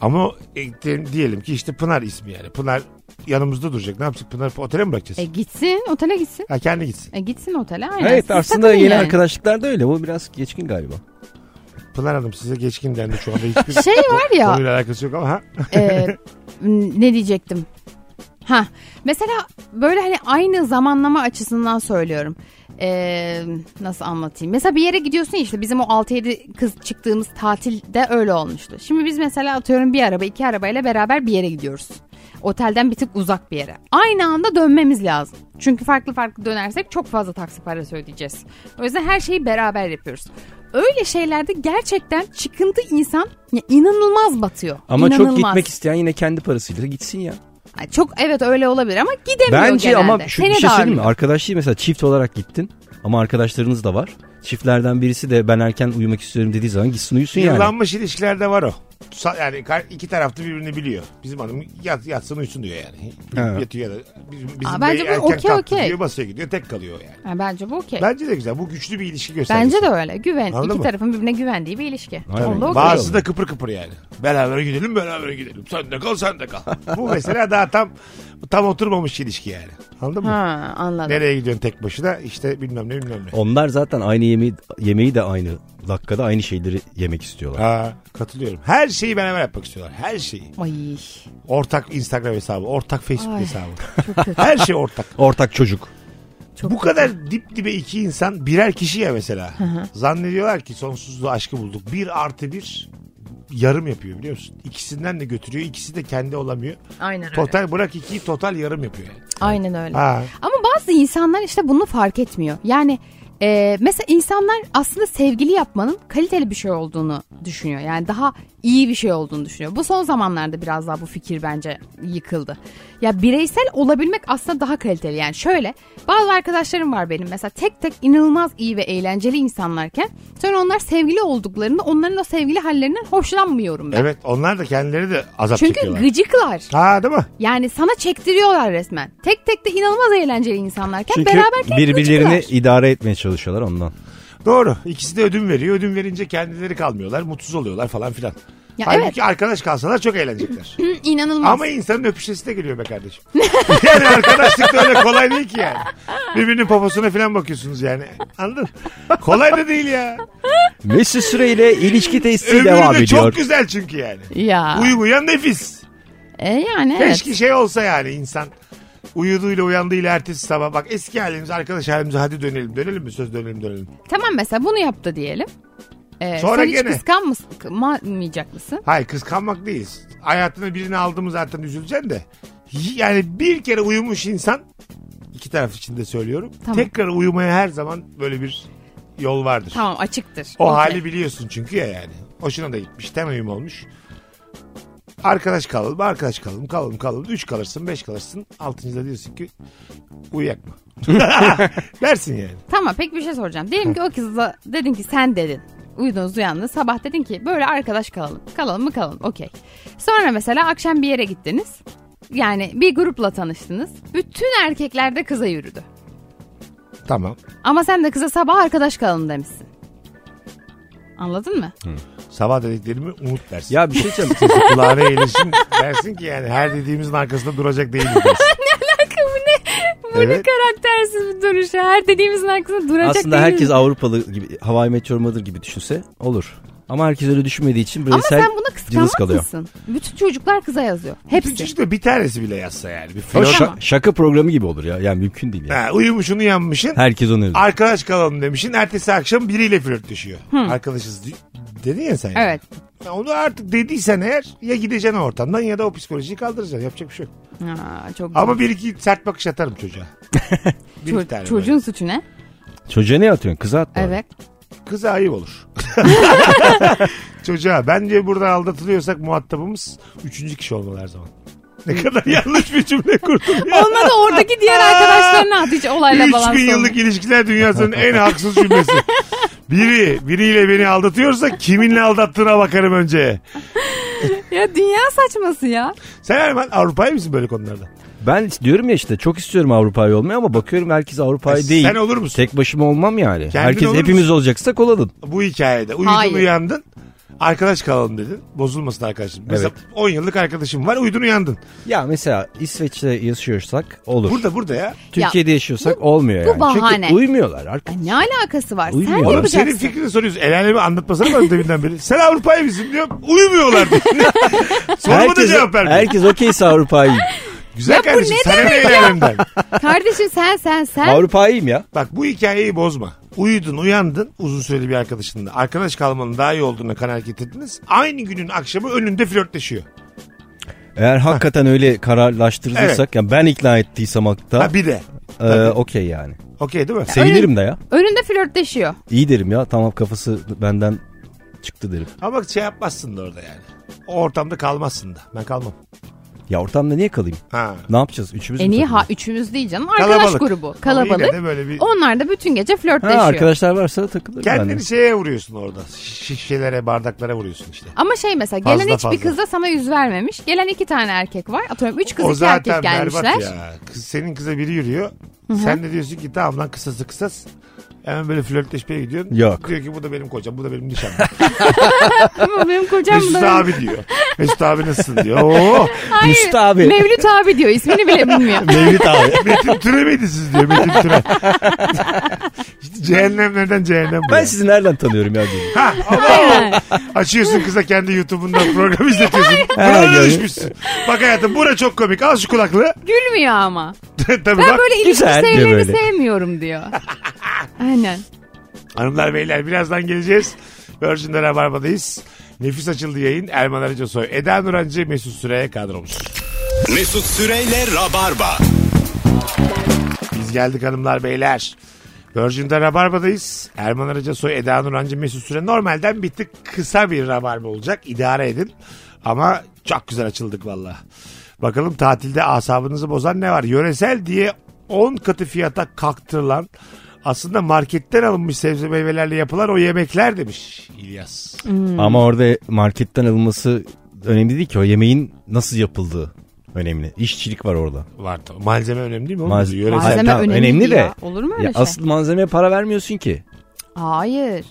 [SPEAKER 3] Ama e, de- diyelim ki işte Pınar ismi yani. Pınar yanımızda duracak. Ne yapacak? Pınar otele mi bırakacağız?
[SPEAKER 4] E gitsin otele gitsin.
[SPEAKER 3] Ha kendi gitsin.
[SPEAKER 4] E gitsin otele aynen.
[SPEAKER 5] Evet
[SPEAKER 4] Siz
[SPEAKER 5] aslında
[SPEAKER 4] takılın
[SPEAKER 5] yeni
[SPEAKER 4] yani.
[SPEAKER 5] arkadaşlıklar da öyle. Bu biraz geçkin galiba.
[SPEAKER 3] Pınar Hanım size geçkin dendi şu anda. Hiçbir
[SPEAKER 4] <laughs> Şey
[SPEAKER 3] <laughs>
[SPEAKER 4] var ya.
[SPEAKER 3] konuyla alakası yok ama ha.
[SPEAKER 4] Ee, m- ne diyecektim? Ha mesela böyle hani aynı zamanlama açısından söylüyorum. Ee, nasıl anlatayım? Mesela bir yere gidiyorsun ya işte bizim o 6-7 kız çıktığımız tatilde öyle olmuştu. Şimdi biz mesela atıyorum bir araba iki arabayla beraber bir yere gidiyoruz. Otelden bir tık uzak bir yere. Aynı anda dönmemiz lazım. Çünkü farklı farklı dönersek çok fazla taksi parası ödeyeceğiz. O yüzden her şeyi beraber yapıyoruz. Öyle şeylerde gerçekten çıkıntı insan ya inanılmaz batıyor.
[SPEAKER 5] Ama çok
[SPEAKER 4] İnanılmaz.
[SPEAKER 5] gitmek isteyen yine kendi parasıyla gitsin ya.
[SPEAKER 4] Ay, Çok evet öyle olabilir ama gidemiyor
[SPEAKER 5] Bence
[SPEAKER 4] genelde.
[SPEAKER 5] ama şu
[SPEAKER 4] Seni
[SPEAKER 5] bir şey
[SPEAKER 4] de
[SPEAKER 5] söyleyeyim mi?
[SPEAKER 4] ağırlıyor.
[SPEAKER 5] Arkadaşlığı mesela çift olarak gittin ama arkadaşlarınız da var. Çiftlerden birisi de ben erken uyumak istiyorum dediği zaman gitsin uyusun yani.
[SPEAKER 3] Yıllanmış ilişkilerde var o. Sa- Yani kar- iki tarafta birbirini biliyor. Bizim hanım yat, yatsın uyusun diyor yani.
[SPEAKER 5] Evet.
[SPEAKER 3] Yatıyor ya da bizim, bizim
[SPEAKER 4] Aa, bence
[SPEAKER 3] bey
[SPEAKER 4] bu
[SPEAKER 3] erken
[SPEAKER 4] okey,
[SPEAKER 3] kalktı
[SPEAKER 4] okey.
[SPEAKER 3] diyor masaya gidiyor tek kalıyor yani.
[SPEAKER 4] Ha, bence bu okey.
[SPEAKER 3] Bence de güzel. Bu güçlü bir ilişki göstergesi.
[SPEAKER 4] Bence de öyle. Güven.
[SPEAKER 3] Anladın
[SPEAKER 4] İki
[SPEAKER 3] mı?
[SPEAKER 4] tarafın birbirine güvendiği bir ilişki.
[SPEAKER 5] Aynen.
[SPEAKER 4] Onda okey.
[SPEAKER 3] Bazısı da kıpır kıpır yani. Beraber gidelim beraber gidelim. Sen de kal sen de
[SPEAKER 4] <laughs>
[SPEAKER 3] kal. Bu mesela daha tam tam oturmamış ilişki yani. Anladın mı?
[SPEAKER 4] Ha, anladım.
[SPEAKER 3] Nereye gidiyorsun tek başına? İşte bilmem ne bilmem ne.
[SPEAKER 5] Onlar zaten aynı yemeği, yemeği de aynı dakikada aynı şeyleri yemek istiyorlar.
[SPEAKER 3] Ha, katılıyorum. Her şeyi beraber yapmak istiyorlar. Her şeyi.
[SPEAKER 4] Ay
[SPEAKER 3] Ortak Instagram hesabı, ortak Facebook
[SPEAKER 4] Ay.
[SPEAKER 3] hesabı.
[SPEAKER 4] çok kötü.
[SPEAKER 3] <laughs> Her şey ortak.
[SPEAKER 5] Ortak çocuk.
[SPEAKER 4] Çok
[SPEAKER 3] Bu kadar dip dibe iki insan birer kişi ya mesela. Zannediyorlar ki sonsuzluğu aşkı bulduk. Bir artı bir yarım yapıyor biliyor musun? İkisinden de götürüyor. İkisi de kendi olamıyor.
[SPEAKER 4] Aynen öyle.
[SPEAKER 3] Total bırak ikiyi total yarım yapıyor. yani.
[SPEAKER 4] Aynen öyle.
[SPEAKER 3] Ha.
[SPEAKER 4] Ama bazı insanlar işte bunu fark etmiyor. Yani e, mesela insanlar aslında sevgili yapmanın kaliteli bir şey olduğunu düşünüyor. Yani daha iyi bir şey olduğunu düşünüyor. Bu son zamanlarda biraz daha bu fikir bence yıkıldı. Ya bireysel olabilmek aslında daha kaliteli. Yani şöyle bazı arkadaşlarım var benim mesela tek tek inanılmaz iyi ve eğlenceli insanlarken sonra onlar sevgili olduklarında onların o sevgili hallerinden hoşlanmıyorum ben.
[SPEAKER 3] Evet onlar da kendileri de azap
[SPEAKER 4] Çünkü
[SPEAKER 3] çekiyorlar.
[SPEAKER 4] gıcıklar.
[SPEAKER 3] Ha değil mi?
[SPEAKER 4] Yani sana çektiriyorlar resmen. Tek tek de inanılmaz eğlenceli insanlarken
[SPEAKER 5] Çünkü
[SPEAKER 4] beraberken
[SPEAKER 5] birbirlerini
[SPEAKER 4] gıcıklar.
[SPEAKER 5] idare etmeye çalışıyorlar
[SPEAKER 3] <laughs>
[SPEAKER 5] ondan.
[SPEAKER 3] Doğru. İkisi de ödün veriyor. Ödün verince kendileri kalmıyorlar. Mutsuz oluyorlar falan filan.
[SPEAKER 4] Ya
[SPEAKER 3] Halbuki
[SPEAKER 4] evet. Hmm.
[SPEAKER 3] arkadaş kalsalar çok
[SPEAKER 4] <laughs>
[SPEAKER 3] eğlenecekler.
[SPEAKER 4] İnanılmaz.
[SPEAKER 3] Ama insanın öpüşesi de geliyor be kardeşim. <laughs> yani arkadaşlık da öyle kolay değil ki yani. Birbirinin poposuna falan bakıyorsunuz yani. Anladın? Kolay da değil ya.
[SPEAKER 5] Mesut Süre ile ilişki testi
[SPEAKER 3] Ömrü
[SPEAKER 5] devam
[SPEAKER 3] de
[SPEAKER 5] ediyor.
[SPEAKER 3] çok güzel çünkü yani.
[SPEAKER 4] Ya.
[SPEAKER 3] Uyumayan nefis.
[SPEAKER 4] E yani evet.
[SPEAKER 3] Keşke şey olsa yani insan uyuduğuyla uyandığıyla ertesi sabah bak eski halimiz arkadaş halimize hadi dönelim dönelim mi söz dönelim dönelim.
[SPEAKER 4] Tamam mesela bunu yaptı diyelim. E,
[SPEAKER 3] Sonra
[SPEAKER 4] sen hiç
[SPEAKER 3] gene.
[SPEAKER 4] kıskanmayacak mısın?
[SPEAKER 3] Hayır kıskanmak değiliz. Hayatına birini aldı mı zaten üzüleceksin de. Yani bir kere uyumuş insan iki taraf için de söylüyorum.
[SPEAKER 4] Tamam.
[SPEAKER 3] Tekrar uyumaya her zaman böyle bir yol vardır.
[SPEAKER 4] Tamam açıktır.
[SPEAKER 3] O
[SPEAKER 4] Okey.
[SPEAKER 3] hali biliyorsun çünkü ya yani. Hoşuna da gitmiş. Temeyim olmuş. Arkadaş kalalım, arkadaş kalalım, kalalım, kalalım. Üç kalırsın, beş kalırsın. Altıncıda diyorsun ki uyuyak mı? <laughs> Dersin yani.
[SPEAKER 4] Tamam pek bir şey soracağım. Diyelim ki o kıza dedin ki sen dedin. Uyudunuz uyandınız. Sabah dedin ki böyle arkadaş kalalım. Kalalım mı kalalım okey. Sonra mesela akşam bir yere gittiniz. Yani bir grupla tanıştınız. Bütün erkekler de kıza yürüdü.
[SPEAKER 3] Tamam.
[SPEAKER 4] Ama sen de kıza sabah arkadaş kalalım demişsin. Anladın mı? <laughs>
[SPEAKER 3] Sabah dediklerimi unut dersin.
[SPEAKER 5] Ya bir şey diyeceğim.
[SPEAKER 3] Kulağına eğilirsin <laughs> dersin ki yani her dediğimizin arkasında duracak değilim dersin.
[SPEAKER 4] Bu ne
[SPEAKER 3] Evet.
[SPEAKER 4] karaktersiz bir duruşu. Her dediğimizin arkasında duracak
[SPEAKER 5] Aslında
[SPEAKER 4] değil
[SPEAKER 5] herkes
[SPEAKER 4] mi?
[SPEAKER 5] Avrupalı gibi, Hawaii Meteor Mother gibi düşünse olur. Ama herkes öyle düşünmediği için
[SPEAKER 4] Ama
[SPEAKER 5] bireysel
[SPEAKER 4] sen buna
[SPEAKER 5] cılız
[SPEAKER 4] kıskanmaz
[SPEAKER 5] kalıyor.
[SPEAKER 4] mısın? Bütün çocuklar kıza yazıyor.
[SPEAKER 3] Bütün
[SPEAKER 4] Hepsi.
[SPEAKER 3] çocukta bir tanesi bile yazsa yani. Bir
[SPEAKER 5] Ama
[SPEAKER 3] flört.
[SPEAKER 5] şa-
[SPEAKER 4] ama.
[SPEAKER 5] şaka programı gibi olur ya. Yani mümkün değil ya.
[SPEAKER 3] Ha, uyumuşunu yanmışın.
[SPEAKER 5] Herkes onu yazıyor.
[SPEAKER 3] Arkadaş kalalım demişin. Ertesi akşam biriyle flörtleşiyor. Arkadaşız di- dedin ya sen. yani.
[SPEAKER 4] Evet.
[SPEAKER 3] Ya Onu artık dediysen eğer ya gideceksin o ortamdan ya da o psikolojiyi kaldıracaksın. Yapacak bir şey yok.
[SPEAKER 4] Aa, çok
[SPEAKER 3] Ama bir iki sert bakış atarım
[SPEAKER 4] <laughs>
[SPEAKER 3] çocuğa. bir iki
[SPEAKER 4] Ço-
[SPEAKER 3] tane
[SPEAKER 4] çocuğun
[SPEAKER 3] böyle.
[SPEAKER 4] suçu ne?
[SPEAKER 5] Çocuğa ne atıyorsun? Kıza at bari.
[SPEAKER 4] Evet.
[SPEAKER 3] Kıza ayıp
[SPEAKER 4] <laughs>
[SPEAKER 3] olur. çocuğa. Bence burada aldatılıyorsak muhatabımız üçüncü kişi olmalı her zaman. Ne kadar yanlış bir cümle kurdum ya.
[SPEAKER 4] Olmadı oradaki
[SPEAKER 5] <laughs>
[SPEAKER 4] diğer arkadaşlarına at hiç olayla balans
[SPEAKER 3] 3000 yıllık ilişkiler dünyasının en haksız cümlesi. Biri biriyle beni aldatıyorsa kiminle aldattığına bakarım önce.
[SPEAKER 4] Ya dünya saçması ya.
[SPEAKER 3] Sen Erman Avrupa'ya mısın böyle konularda?
[SPEAKER 5] Ben diyorum ya işte çok istiyorum Avrupa'yı olmayı ama bakıyorum herkes Avrupa'yı
[SPEAKER 3] E, Sen
[SPEAKER 5] değil.
[SPEAKER 3] olur musun?
[SPEAKER 5] Tek başıma olmam yani.
[SPEAKER 3] Kendin
[SPEAKER 5] herkes
[SPEAKER 3] olur
[SPEAKER 5] hepimiz
[SPEAKER 3] musun?
[SPEAKER 5] olacaksak olalım.
[SPEAKER 3] bu hikayede uyudun
[SPEAKER 4] Hayır.
[SPEAKER 3] uyandın arkadaş kalalım dedin bozulmasın arkadaşım. Mesela 10 yıllık arkadaşım var uyudun uyandın.
[SPEAKER 5] Ya mesela İsveç'te yaşıyorsak olur.
[SPEAKER 3] Burada burada ya.
[SPEAKER 5] Türkiye'de yaşıyorsak olmuyor
[SPEAKER 4] bu
[SPEAKER 5] yani.
[SPEAKER 4] bahane.
[SPEAKER 5] Çünkü uymuyorlar
[SPEAKER 4] Ya
[SPEAKER 5] arkadaş.
[SPEAKER 4] Ne alakası var?
[SPEAKER 5] Uyumuyor
[SPEAKER 4] Sen
[SPEAKER 5] oğlum,
[SPEAKER 3] Oğlum
[SPEAKER 4] yapacaksın.
[SPEAKER 3] senin fikrini soruyoruz. El alemi anlatmasana bana deminden beri. Sen Avrupa'ya mısın diyor. Uyumuyorlar diyor. Soruma da
[SPEAKER 5] Herkes,
[SPEAKER 3] cevap vermiyor.
[SPEAKER 5] herkes okeyse Avrupa'yı.
[SPEAKER 3] <laughs> Güzel
[SPEAKER 4] Ya bu
[SPEAKER 3] kardeşim.
[SPEAKER 4] ne
[SPEAKER 3] Sana ne el alemden?
[SPEAKER 4] Kardeşim sen sen sen.
[SPEAKER 5] Avrupa'yım ya.
[SPEAKER 3] Bak bu hikayeyi bozma. Uyudun uyandın uzun süreli bir arkadaşınla. Arkadaş kalmanın daha iyi olduğuna kanaat getirdiniz. Aynı günün akşamı önünde flörtleşiyor.
[SPEAKER 5] Eğer hakikaten öyle kararlaştırırsak
[SPEAKER 3] Evet.
[SPEAKER 5] yani ben ikna ettiysem hatta
[SPEAKER 3] Ha bir de.
[SPEAKER 5] e, okey yani.
[SPEAKER 3] Okey değil mi?
[SPEAKER 5] Sevinirim de ya.
[SPEAKER 4] Önünde flörtleşiyor.
[SPEAKER 5] İyi derim ya. Tamam kafası benden çıktı derim.
[SPEAKER 3] Ama bak şey yapmazsın da orada yani. O ortamda kalmazsın da. Ben kalmam.
[SPEAKER 5] Ya ortamda niye kalayım?
[SPEAKER 3] Ha.
[SPEAKER 5] Ne yapacağız? Üçümüz
[SPEAKER 4] En
[SPEAKER 5] mü
[SPEAKER 4] iyi E ha,
[SPEAKER 5] takılıyoruz?
[SPEAKER 4] üçümüz değil canım. Arkadaş
[SPEAKER 3] Kalabalık.
[SPEAKER 4] grubu.
[SPEAKER 3] Ama
[SPEAKER 4] Kalabalık.
[SPEAKER 3] yine de böyle bir...
[SPEAKER 4] Onlar da bütün gece
[SPEAKER 5] Ha,
[SPEAKER 4] flörtleşiyor.
[SPEAKER 5] arkadaşlar varsa takılırım ben de.
[SPEAKER 3] Kendini şeye vuruyorsun orada. Şişelere, bardaklara vuruyorsun işte.
[SPEAKER 4] Ama şey mesela
[SPEAKER 3] Fazla
[SPEAKER 4] gelen hiçbir
[SPEAKER 3] fazla.
[SPEAKER 4] kız da sana yüz vermemiş. Gelen iki tane erkek var. Atıyorum üç kız
[SPEAKER 3] o
[SPEAKER 4] iki
[SPEAKER 3] zaten
[SPEAKER 4] erkek
[SPEAKER 3] berbat
[SPEAKER 4] gelmişler.
[SPEAKER 3] ya. Kız, senin kıza biri yürüyor. Sen de diyorsun ki tamam lan kısası kısas. Hemen böyle flörtleşmeye gidiyorsun.
[SPEAKER 5] Yok.
[SPEAKER 3] Diyor ki bu da benim kocam, bu da benim
[SPEAKER 4] <laughs>
[SPEAKER 3] nişanlım.
[SPEAKER 4] Ama benim kocam
[SPEAKER 3] Mesut
[SPEAKER 4] da.
[SPEAKER 3] abi diyor. Mesut abi nasılsın diyor. Oo.
[SPEAKER 5] Mesut abi.
[SPEAKER 4] Mevlüt abi diyor. ismini
[SPEAKER 3] <laughs>
[SPEAKER 4] bile bilmiyor.
[SPEAKER 5] <laughs> Mevlüt abi.
[SPEAKER 3] Metin Türe miydi siz diyor. Metin <laughs>
[SPEAKER 5] <laughs>
[SPEAKER 3] Türe. işte cehennemlerden cehennem bu.
[SPEAKER 5] Ben
[SPEAKER 3] ya.
[SPEAKER 5] sizi nereden tanıyorum ya? diyorum.
[SPEAKER 3] Ha, ama <laughs> açıyorsun kıza kendi YouTube'undan program izletiyorsun.
[SPEAKER 5] Ha,
[SPEAKER 3] Buna da
[SPEAKER 5] gördün.
[SPEAKER 3] düşmüşsün. Bak hayatım bura çok komik. Al şu kulaklığı. <laughs>
[SPEAKER 4] Gülmüyor ama.
[SPEAKER 3] Tabii
[SPEAKER 4] Ben
[SPEAKER 3] bak.
[SPEAKER 4] böyle ilişki
[SPEAKER 5] Güzel diyor
[SPEAKER 4] sayılarını
[SPEAKER 5] böyle.
[SPEAKER 3] <laughs>
[SPEAKER 4] sevmiyorum diyor. Aynen.
[SPEAKER 3] Hanımlar beyler birazdan geleceğiz. Virgin'de Rabarba'dayız. Nefis açıldı yayın. Erman Arıca Soy, Eda Nurancı, Mesut Süreyya kadromuz.
[SPEAKER 2] Mesut Süreyle Rabarba.
[SPEAKER 3] Biz geldik hanımlar beyler. Virgin'de Rabarba'dayız. Erman Arıca Soy, Eda Nurancı, Mesut Süre. Normalden bir tık kısa bir Rabarba olacak. İdare edin. Ama çok güzel açıldık valla. Bakalım tatilde asabınızı bozan ne var? Yöresel diye 10 katı fiyata kalktırılan aslında marketten alınmış sebze meyvelerle yapılan o yemekler demiş İlyas.
[SPEAKER 4] Hmm.
[SPEAKER 5] Ama orada marketten alınması önemli değil ki. O yemeğin nasıl yapıldığı önemli. İşçilik var orada.
[SPEAKER 3] Var tabii. Malzeme önemli değil mi? oğlum?
[SPEAKER 5] Malze-
[SPEAKER 3] Yöresel.
[SPEAKER 5] Hayır,
[SPEAKER 4] Malzeme
[SPEAKER 5] tamam,
[SPEAKER 4] önemli,
[SPEAKER 5] önemli
[SPEAKER 4] de.
[SPEAKER 5] de.
[SPEAKER 4] Olur mu öyle
[SPEAKER 5] Ya
[SPEAKER 4] şey?
[SPEAKER 5] asıl malzemeye para vermiyorsun ki.
[SPEAKER 4] Hayır.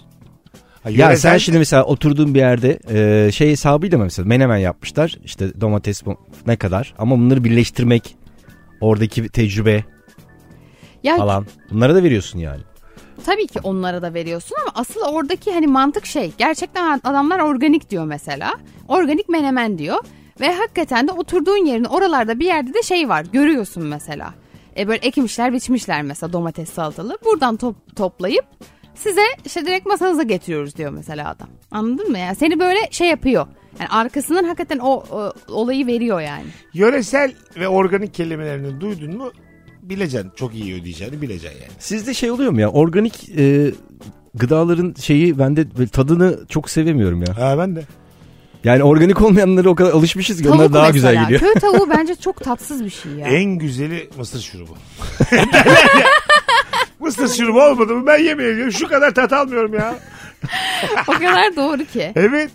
[SPEAKER 3] Ha,
[SPEAKER 5] Ya
[SPEAKER 3] yöresel-
[SPEAKER 5] sen şimdi mesela oturduğun bir yerde e, şey hesabıyla mı mesela menemen yapmışlar işte domates bu- ne kadar ama bunları birleştirmek oradaki bir tecrübe
[SPEAKER 4] Ya
[SPEAKER 5] falan bunlara da veriyorsun yani.
[SPEAKER 4] tabii ki onlara da veriyorsun ama asıl oradaki hani mantık şey. Gerçekten adamlar organik diyor mesela. Organik menemen diyor. Ve hakikaten de oturduğun yerin oralarda bir yerde de şey var görüyorsun mesela. E böyle ekmişler biçmişler mesela domates salatalı. Buradan top- toplayıp size işte direkt masanıza getiriyoruz diyor mesela adam. Anladın mı? Yani seni böyle şey yapıyor. Yani arkasından hakikaten o, o olayı veriyor yani.
[SPEAKER 3] Yöresel ve organik kelimelerini duydun mu bileceksin. Çok iyi ödeyeceğini bileceksin yani.
[SPEAKER 5] Sizde şey oluyor mu ya organik e, gıdaların şeyi bende böyle tadını çok sevemiyorum ya.
[SPEAKER 3] Ha ben de.
[SPEAKER 5] Yani organik olmayanlara o kadar alışmışız ki onlar
[SPEAKER 4] Tavuk
[SPEAKER 5] daha
[SPEAKER 4] mesela.
[SPEAKER 5] güzel E? geliyor.
[SPEAKER 4] Köy tavuğu bence çok tatsız bir
[SPEAKER 5] <laughs>
[SPEAKER 4] şey ya.
[SPEAKER 3] En güzeli mısır şurubu. <laughs> mısır şurubu olmadı mı ben yemeyeceğim. Şu kadar tat almıyorum ya.
[SPEAKER 4] o kadar doğru
[SPEAKER 5] <laughs>
[SPEAKER 4] ki.
[SPEAKER 3] Evet.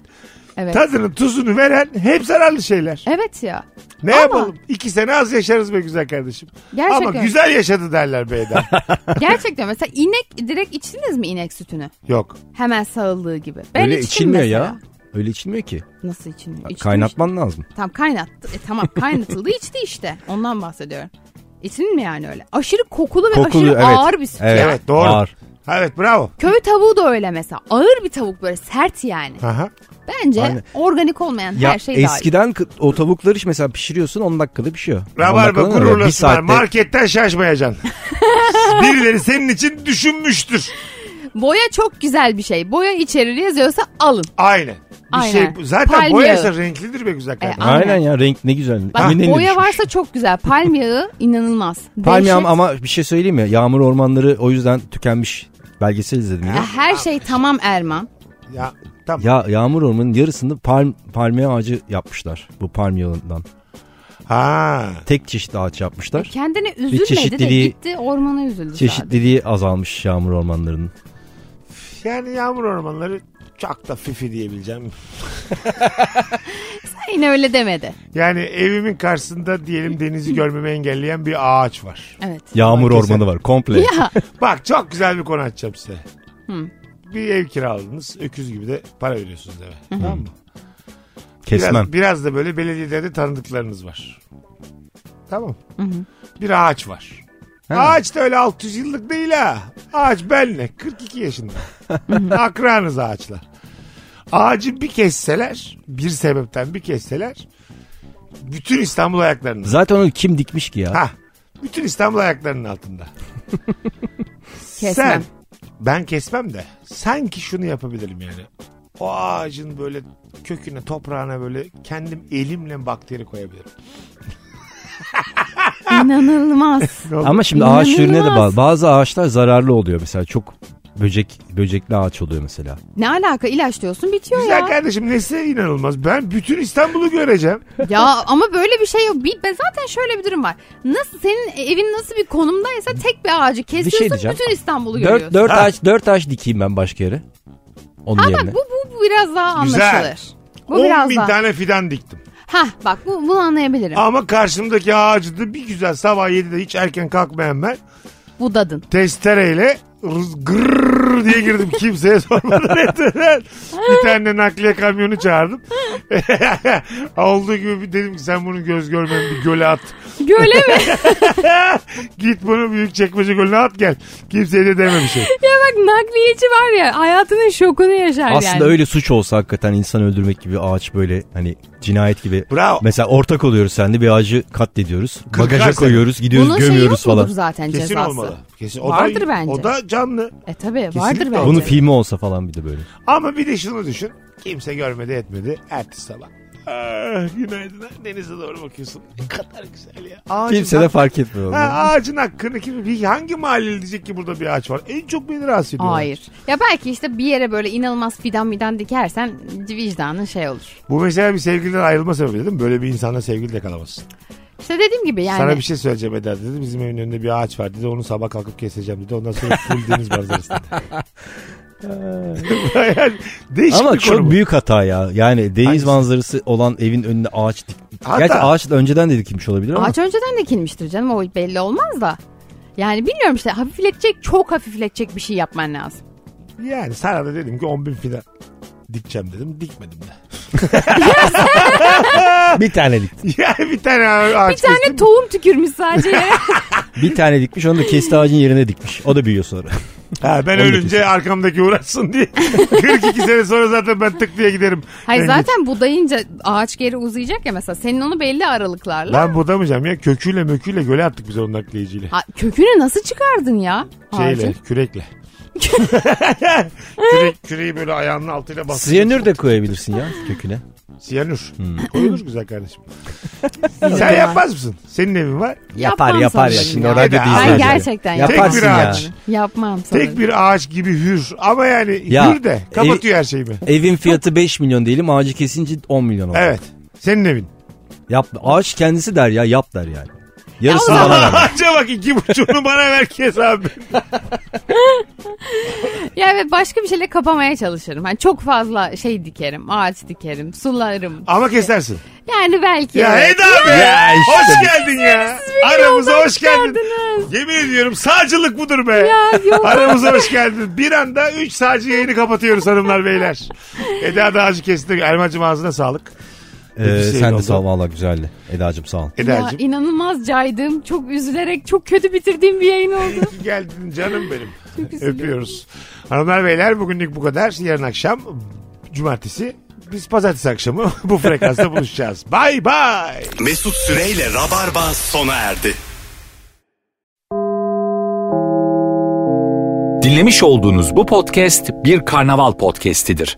[SPEAKER 4] Evet.
[SPEAKER 3] Tadını tuzunu veren hep zararlı şeyler.
[SPEAKER 4] Evet ya.
[SPEAKER 3] Ne
[SPEAKER 4] Ama-
[SPEAKER 3] yapalım? İki sene az yaşarız be güzel kardeşim.
[SPEAKER 4] Gerçekten.
[SPEAKER 3] Ama güzel yaşadı derler
[SPEAKER 5] <laughs>
[SPEAKER 3] beyler.
[SPEAKER 4] Gerçekten mesela inek direkt içtiniz mi inek sütünü?
[SPEAKER 3] Yok.
[SPEAKER 4] Hemen sağıldığı gibi. Ben
[SPEAKER 5] Öyle
[SPEAKER 4] içtim
[SPEAKER 5] içilmiyor
[SPEAKER 4] mesela.
[SPEAKER 5] ya. Öyle içilmiyor ki.
[SPEAKER 4] Nasıl içilmiyor? İçtim
[SPEAKER 5] Kaynatman lazım.
[SPEAKER 4] işte. Tamam kaynattı. E, tamam kaynatıldı içti işte. Ondan bahsediyorum. İçin mi yani öyle? Aşırı kokulu ve
[SPEAKER 5] Kokulu,
[SPEAKER 4] aşırı
[SPEAKER 5] evet.
[SPEAKER 4] ağır bir süt
[SPEAKER 5] Evet.
[SPEAKER 4] ya.
[SPEAKER 3] Evet doğru.
[SPEAKER 5] Ağır.
[SPEAKER 3] Ha, Evet bravo.
[SPEAKER 4] Köy tavuğu da öyle mesela. Ağır bir tavuk böyle sert yani.
[SPEAKER 3] Aha.
[SPEAKER 4] Bence
[SPEAKER 5] Aynen.
[SPEAKER 4] organik olmayan
[SPEAKER 5] Ya
[SPEAKER 4] her şey daha iyi.
[SPEAKER 5] eskiden kı- o tavukları iş- mesela pişiriyorsun 10 dakikada pişiyor. 10
[SPEAKER 3] Rabarba
[SPEAKER 5] dakikada ne? Bir
[SPEAKER 3] gururlasınlar.
[SPEAKER 5] saatte
[SPEAKER 3] Marketten
[SPEAKER 4] <laughs>
[SPEAKER 3] şaşmayacaksın. Birileri senin için düşünmüştür.
[SPEAKER 4] Boya çok güzel bir şey. Boya içerili yazıyorsa alın.
[SPEAKER 3] Aynen. Bir
[SPEAKER 4] Aynen.
[SPEAKER 3] şey zaten
[SPEAKER 4] Palmiye.
[SPEAKER 3] boyaysa renklidir be güzel
[SPEAKER 4] E,
[SPEAKER 3] kardeşim.
[SPEAKER 4] a-
[SPEAKER 5] Aynen
[SPEAKER 4] Aynen.
[SPEAKER 5] ya renk ne güzel.
[SPEAKER 4] Bak
[SPEAKER 5] Eminönü'ne
[SPEAKER 4] boya
[SPEAKER 5] düşmüş.
[SPEAKER 4] varsa çok güzel. Palm yağı inanılmaz.
[SPEAKER 5] Palmiyem
[SPEAKER 4] Dehşet.
[SPEAKER 5] ama bir şey söyleyeyim mi? Yağmur ormanları o yüzden tükenmiş. Belgesel izledim
[SPEAKER 4] Ya
[SPEAKER 5] ya.
[SPEAKER 4] her şey tamam Erman.
[SPEAKER 3] Ya tamam.
[SPEAKER 5] Ya yağmur ormanının yarısını palm, palmiye ağacı yapmışlar. Bu palm yağından.
[SPEAKER 3] Ha.
[SPEAKER 5] Tek çeşit ağaç yapmışlar.
[SPEAKER 4] Kendine üzülmedi de
[SPEAKER 5] çeşitliliği-
[SPEAKER 4] gitti ormana üzüldü sadece.
[SPEAKER 5] Çeşitliliği azalmış yağmur ormanlarının.
[SPEAKER 3] Yani yağmur ormanları çok da fifi diyebileceğim.
[SPEAKER 4] <laughs> Yine öyle demedi.
[SPEAKER 3] Yani evimin karşısında diyelim denizi görmemi engelleyen bir ağaç var.
[SPEAKER 4] Evet.
[SPEAKER 5] Yağmur
[SPEAKER 3] Herkese-
[SPEAKER 5] ormanı var
[SPEAKER 4] <laughs>
[SPEAKER 5] komple.
[SPEAKER 4] Ya
[SPEAKER 3] Bak çok güzel bir konu açacağım size. Bir ev kiraladınız. Öküz gibi de para veriyorsunuz eve. Tamam mı?
[SPEAKER 5] Kesmem.
[SPEAKER 3] Biraz, biraz da böyle belediyelerde tanıdıklarınız var. Tamam. Bir ağaç var. Ağaç da öyle 600 yıllık değil ha. Ağaç benle 42 yaşında. <laughs> Akranız ağaçla. Ağacı bir kesseler, bir sebepten bir kesseler bütün İstanbul ayaklarınız.
[SPEAKER 5] Zaten onu kim dikmiş ki ya?
[SPEAKER 3] Ha. Bütün İstanbul ayaklarının altında.
[SPEAKER 4] Kesmem.
[SPEAKER 3] ben kesmem de sanki şunu yapabilirim yani. O ağacın böyle köküne, toprağına böyle kendim elimle bakteri koyabilirim.
[SPEAKER 4] inanılmaz.
[SPEAKER 5] Ama şimdi ağaç türüne de
[SPEAKER 4] İnanılmaz.
[SPEAKER 5] bağlı. Bazı ağaçlar zararlı oluyor mesela. Çok böcek böcekli ağaç oluyor mesela.
[SPEAKER 4] ne alaka ilaç diyorsun bitiyor
[SPEAKER 3] Güzel
[SPEAKER 4] ya.
[SPEAKER 3] kardeşim nesi inanılmaz. Ben bütün İstanbul'u göreceğim.
[SPEAKER 4] Ya ama böyle bir şey yok. Bir, ben zaten şöyle bir durum var. Nasıl senin evin nasıl bir konumdaysa tek bir ağacı kesiyorsun
[SPEAKER 5] şey diyeceğim.
[SPEAKER 4] bütün İstanbul'u
[SPEAKER 5] Dört,
[SPEAKER 4] görüyorsun.
[SPEAKER 5] dört ağaç dört ağaç dikeyim ben başka yere. Onun
[SPEAKER 4] ha
[SPEAKER 5] yerine.
[SPEAKER 4] bak bu, bu, bu biraz daha
[SPEAKER 3] Güzel.
[SPEAKER 4] anlaşılır. Bu
[SPEAKER 3] 10
[SPEAKER 4] biraz
[SPEAKER 3] bin
[SPEAKER 4] daha.
[SPEAKER 3] tane fidan diktim.
[SPEAKER 4] Ha bak bu, bunu anlayabilirim.
[SPEAKER 5] Ah.
[SPEAKER 3] Ama karşımdaki ağacı da bir güzel sabah 7'de hiç erken kalkmayan ben
[SPEAKER 4] Budadın.
[SPEAKER 3] testereyle rız- gırrrr diye
[SPEAKER 4] <laughs>
[SPEAKER 3] girdim. Kimseye sormadan etmeden. Bir tane nakliye kamyonu çağırdım. <laughs> Olduğu gibi bir dedim ki sen bunu göz görmeyen bir göle at.
[SPEAKER 4] Göle mi?
[SPEAKER 3] Git bunu büyük çekmece gölüne at gel. Kimseye de deme bir şey.
[SPEAKER 4] ya <laughs> bak nakliyeci var ya hayatının şokunu yaşar yani.
[SPEAKER 5] Aslında öyle suç olsa hakikaten insan öldürmek gibi ağaç böyle hani cinayet gibi.
[SPEAKER 3] Bravo.
[SPEAKER 5] Mesela ortak oluyoruz seninle bir ağacı katlediyoruz. Bagaja
[SPEAKER 3] sene.
[SPEAKER 5] koyuyoruz gidiyoruz
[SPEAKER 4] Bunun şeyi
[SPEAKER 5] gömüyoruz
[SPEAKER 4] yok mudur
[SPEAKER 5] falan.
[SPEAKER 4] zaten
[SPEAKER 3] Kesin
[SPEAKER 4] cezası?
[SPEAKER 3] olmalı. Kesin. da,
[SPEAKER 4] Vardır bence.
[SPEAKER 3] O da canlı.
[SPEAKER 4] E tabi vardır
[SPEAKER 3] Kesinlikle.
[SPEAKER 4] bence.
[SPEAKER 5] Bunun filmi olsa falan bir de böyle.
[SPEAKER 3] Ama bir de şunu düşün. Kimse görmedi etmedi. Ertesi sabah. Ah, günaydın. ha. Denize doğru bakıyorsun. Ne kadar güzel ya. Ağacın
[SPEAKER 5] Kimse de fark etmiyor. onu.
[SPEAKER 3] Ha, ağacın hakkını kim, bir- hangi mahalleli diyecek ki burada bir ağaç var? En çok beni rahatsız ediyor.
[SPEAKER 4] Hayır. Ya belki işte bir yere böyle inanılmaz fidan midan dikersen vicdanın şey olur.
[SPEAKER 3] Bu mesela bir sevgiliden ayrılma sebebi değil mi? Böyle bir insanla sevgili de kalamazsın.
[SPEAKER 4] İşte dediğim gibi yani.
[SPEAKER 3] Sana bir şey söyleyeceğim Eda dedi. Bizim evin önünde bir ağaç var dedi. Onu sabah kalkıp keseceğim dedi. Ondan sonra
[SPEAKER 5] <laughs>
[SPEAKER 3] full deniz manzarası dedi. <laughs> Bayağı değişik
[SPEAKER 5] Ama
[SPEAKER 3] bir
[SPEAKER 5] çok
[SPEAKER 3] konu bu.
[SPEAKER 5] büyük hata ya. Yani deniz
[SPEAKER 3] Hangisi?
[SPEAKER 5] manzarası olan evin önüne ağaç dik.
[SPEAKER 3] Hata.
[SPEAKER 5] Gerçi ağaç da önceden de dikilmiş olabilir ama.
[SPEAKER 4] Ağaç önceden dikilmiştir canım o belli olmaz da. Yani bilmiyorum işte hafifletecek çok hafifletecek bir şey yapman lazım.
[SPEAKER 3] Yani sana da dedim ki 10 bin fidan dikeceğim dedim. Dikmedim de.
[SPEAKER 5] Bir tane dikti.
[SPEAKER 3] <laughs> Yani bir tane
[SPEAKER 4] Bir
[SPEAKER 3] ağaç
[SPEAKER 4] tane
[SPEAKER 3] <laughs>
[SPEAKER 4] tohum tükürmüş sadece yere.
[SPEAKER 5] Bir tane dikmiş onu da kesti ağacın yerine dikmiş. O da büyüyor sonra.
[SPEAKER 3] Ha, ben ölünce arkamdaki uğraşsın
[SPEAKER 4] <laughs>
[SPEAKER 3] diye. 42 sene sonra zaten ben tık diye giderim.
[SPEAKER 4] Hayır
[SPEAKER 3] Ben
[SPEAKER 4] zaten budayınca ağaç geri uzayacak ya mesela. Senin onu belli aralıklarla.
[SPEAKER 3] Ben budamayacağım ya. Köküyle möküyle göle attık biz onun nakliyeciyle.
[SPEAKER 4] Ha, kökünü nasıl çıkardın ya?
[SPEAKER 3] Şeyle,
[SPEAKER 4] Ağacın? <laughs>
[SPEAKER 3] kürekle. Kürek, küreği böyle ayağının altıyla bastı.
[SPEAKER 5] Siyanür Hmm. de koyabilirsin ya köküne.
[SPEAKER 3] Siyanür. Koyulur güzel
[SPEAKER 4] <laughs>
[SPEAKER 3] kardeşim. Sen yapmaz mısın? Senin evin var.
[SPEAKER 4] Yapmam sanırım ya.
[SPEAKER 5] radyo
[SPEAKER 3] Ben
[SPEAKER 5] dinleyiciler.
[SPEAKER 4] gerçekten yaparım.
[SPEAKER 5] Yaparsın
[SPEAKER 3] Tek bir
[SPEAKER 5] ya.
[SPEAKER 3] ağaç.
[SPEAKER 4] Yapmam sanırım.
[SPEAKER 3] Tek bir ağaç gibi hür. Ama yani
[SPEAKER 5] Ya,
[SPEAKER 3] hür de. Kapatıyor her şeyimi.
[SPEAKER 5] Evin fiyatı 5 milyon diyelim ağacı kesince 10 milyon oldu.
[SPEAKER 3] Evet. Senin evin.
[SPEAKER 5] Yap, ağaç kendisi der ya yap der yani. Yarısını
[SPEAKER 4] Ya
[SPEAKER 3] <laughs>
[SPEAKER 4] o
[SPEAKER 5] bana ver.
[SPEAKER 3] Ağaca bak iki buçuğunu bana ver kes abi.
[SPEAKER 4] Ya evet başka bir şeyle kapamaya çalışırım. Hani çok fazla şey dikerim. Ağaç dikerim. Sularım.
[SPEAKER 3] Ama kesersin.
[SPEAKER 4] Yani belki.
[SPEAKER 3] Ya
[SPEAKER 4] evet.
[SPEAKER 3] Eda be.
[SPEAKER 5] Ya işte.
[SPEAKER 3] Hoş geldin ya.
[SPEAKER 4] beni
[SPEAKER 3] Aramıza
[SPEAKER 4] yoldan
[SPEAKER 3] hoş geldin.
[SPEAKER 4] çıkardınız.
[SPEAKER 3] Yemin ediyorum sağcılık budur be.
[SPEAKER 4] Ya yok.
[SPEAKER 3] Aramıza hoş geldin. Bir anda 3 sağcı yayını kapatıyoruz hanımlar beyler. Eda da acı kesti. Erman'cığım ağzına sağlık.
[SPEAKER 5] Ee,
[SPEAKER 3] Bir şey
[SPEAKER 5] sen de
[SPEAKER 3] oldu.
[SPEAKER 5] sağ ol valla güzeldi. Eda'cığım sağ ol.
[SPEAKER 4] Ya
[SPEAKER 3] Eda'cığım.
[SPEAKER 4] inanılmaz caydım. Çok üzülerek çok kötü bitirdiğim bir yayın oldu.
[SPEAKER 3] İyi ki geldin canım benim.
[SPEAKER 4] üzülüyorum.
[SPEAKER 3] Öpüyoruz. Hanımlar beyler bugünlük bu kadar. Yarın akşam cumartesi biz pazartesi akşamı <laughs> bu frekansta buluşacağız. Bay bay.
[SPEAKER 2] Mesut Süreyle Rabarba sona erdi.
[SPEAKER 1] Dinlemiş olduğunuz bu podcast bir karnaval podcastidir.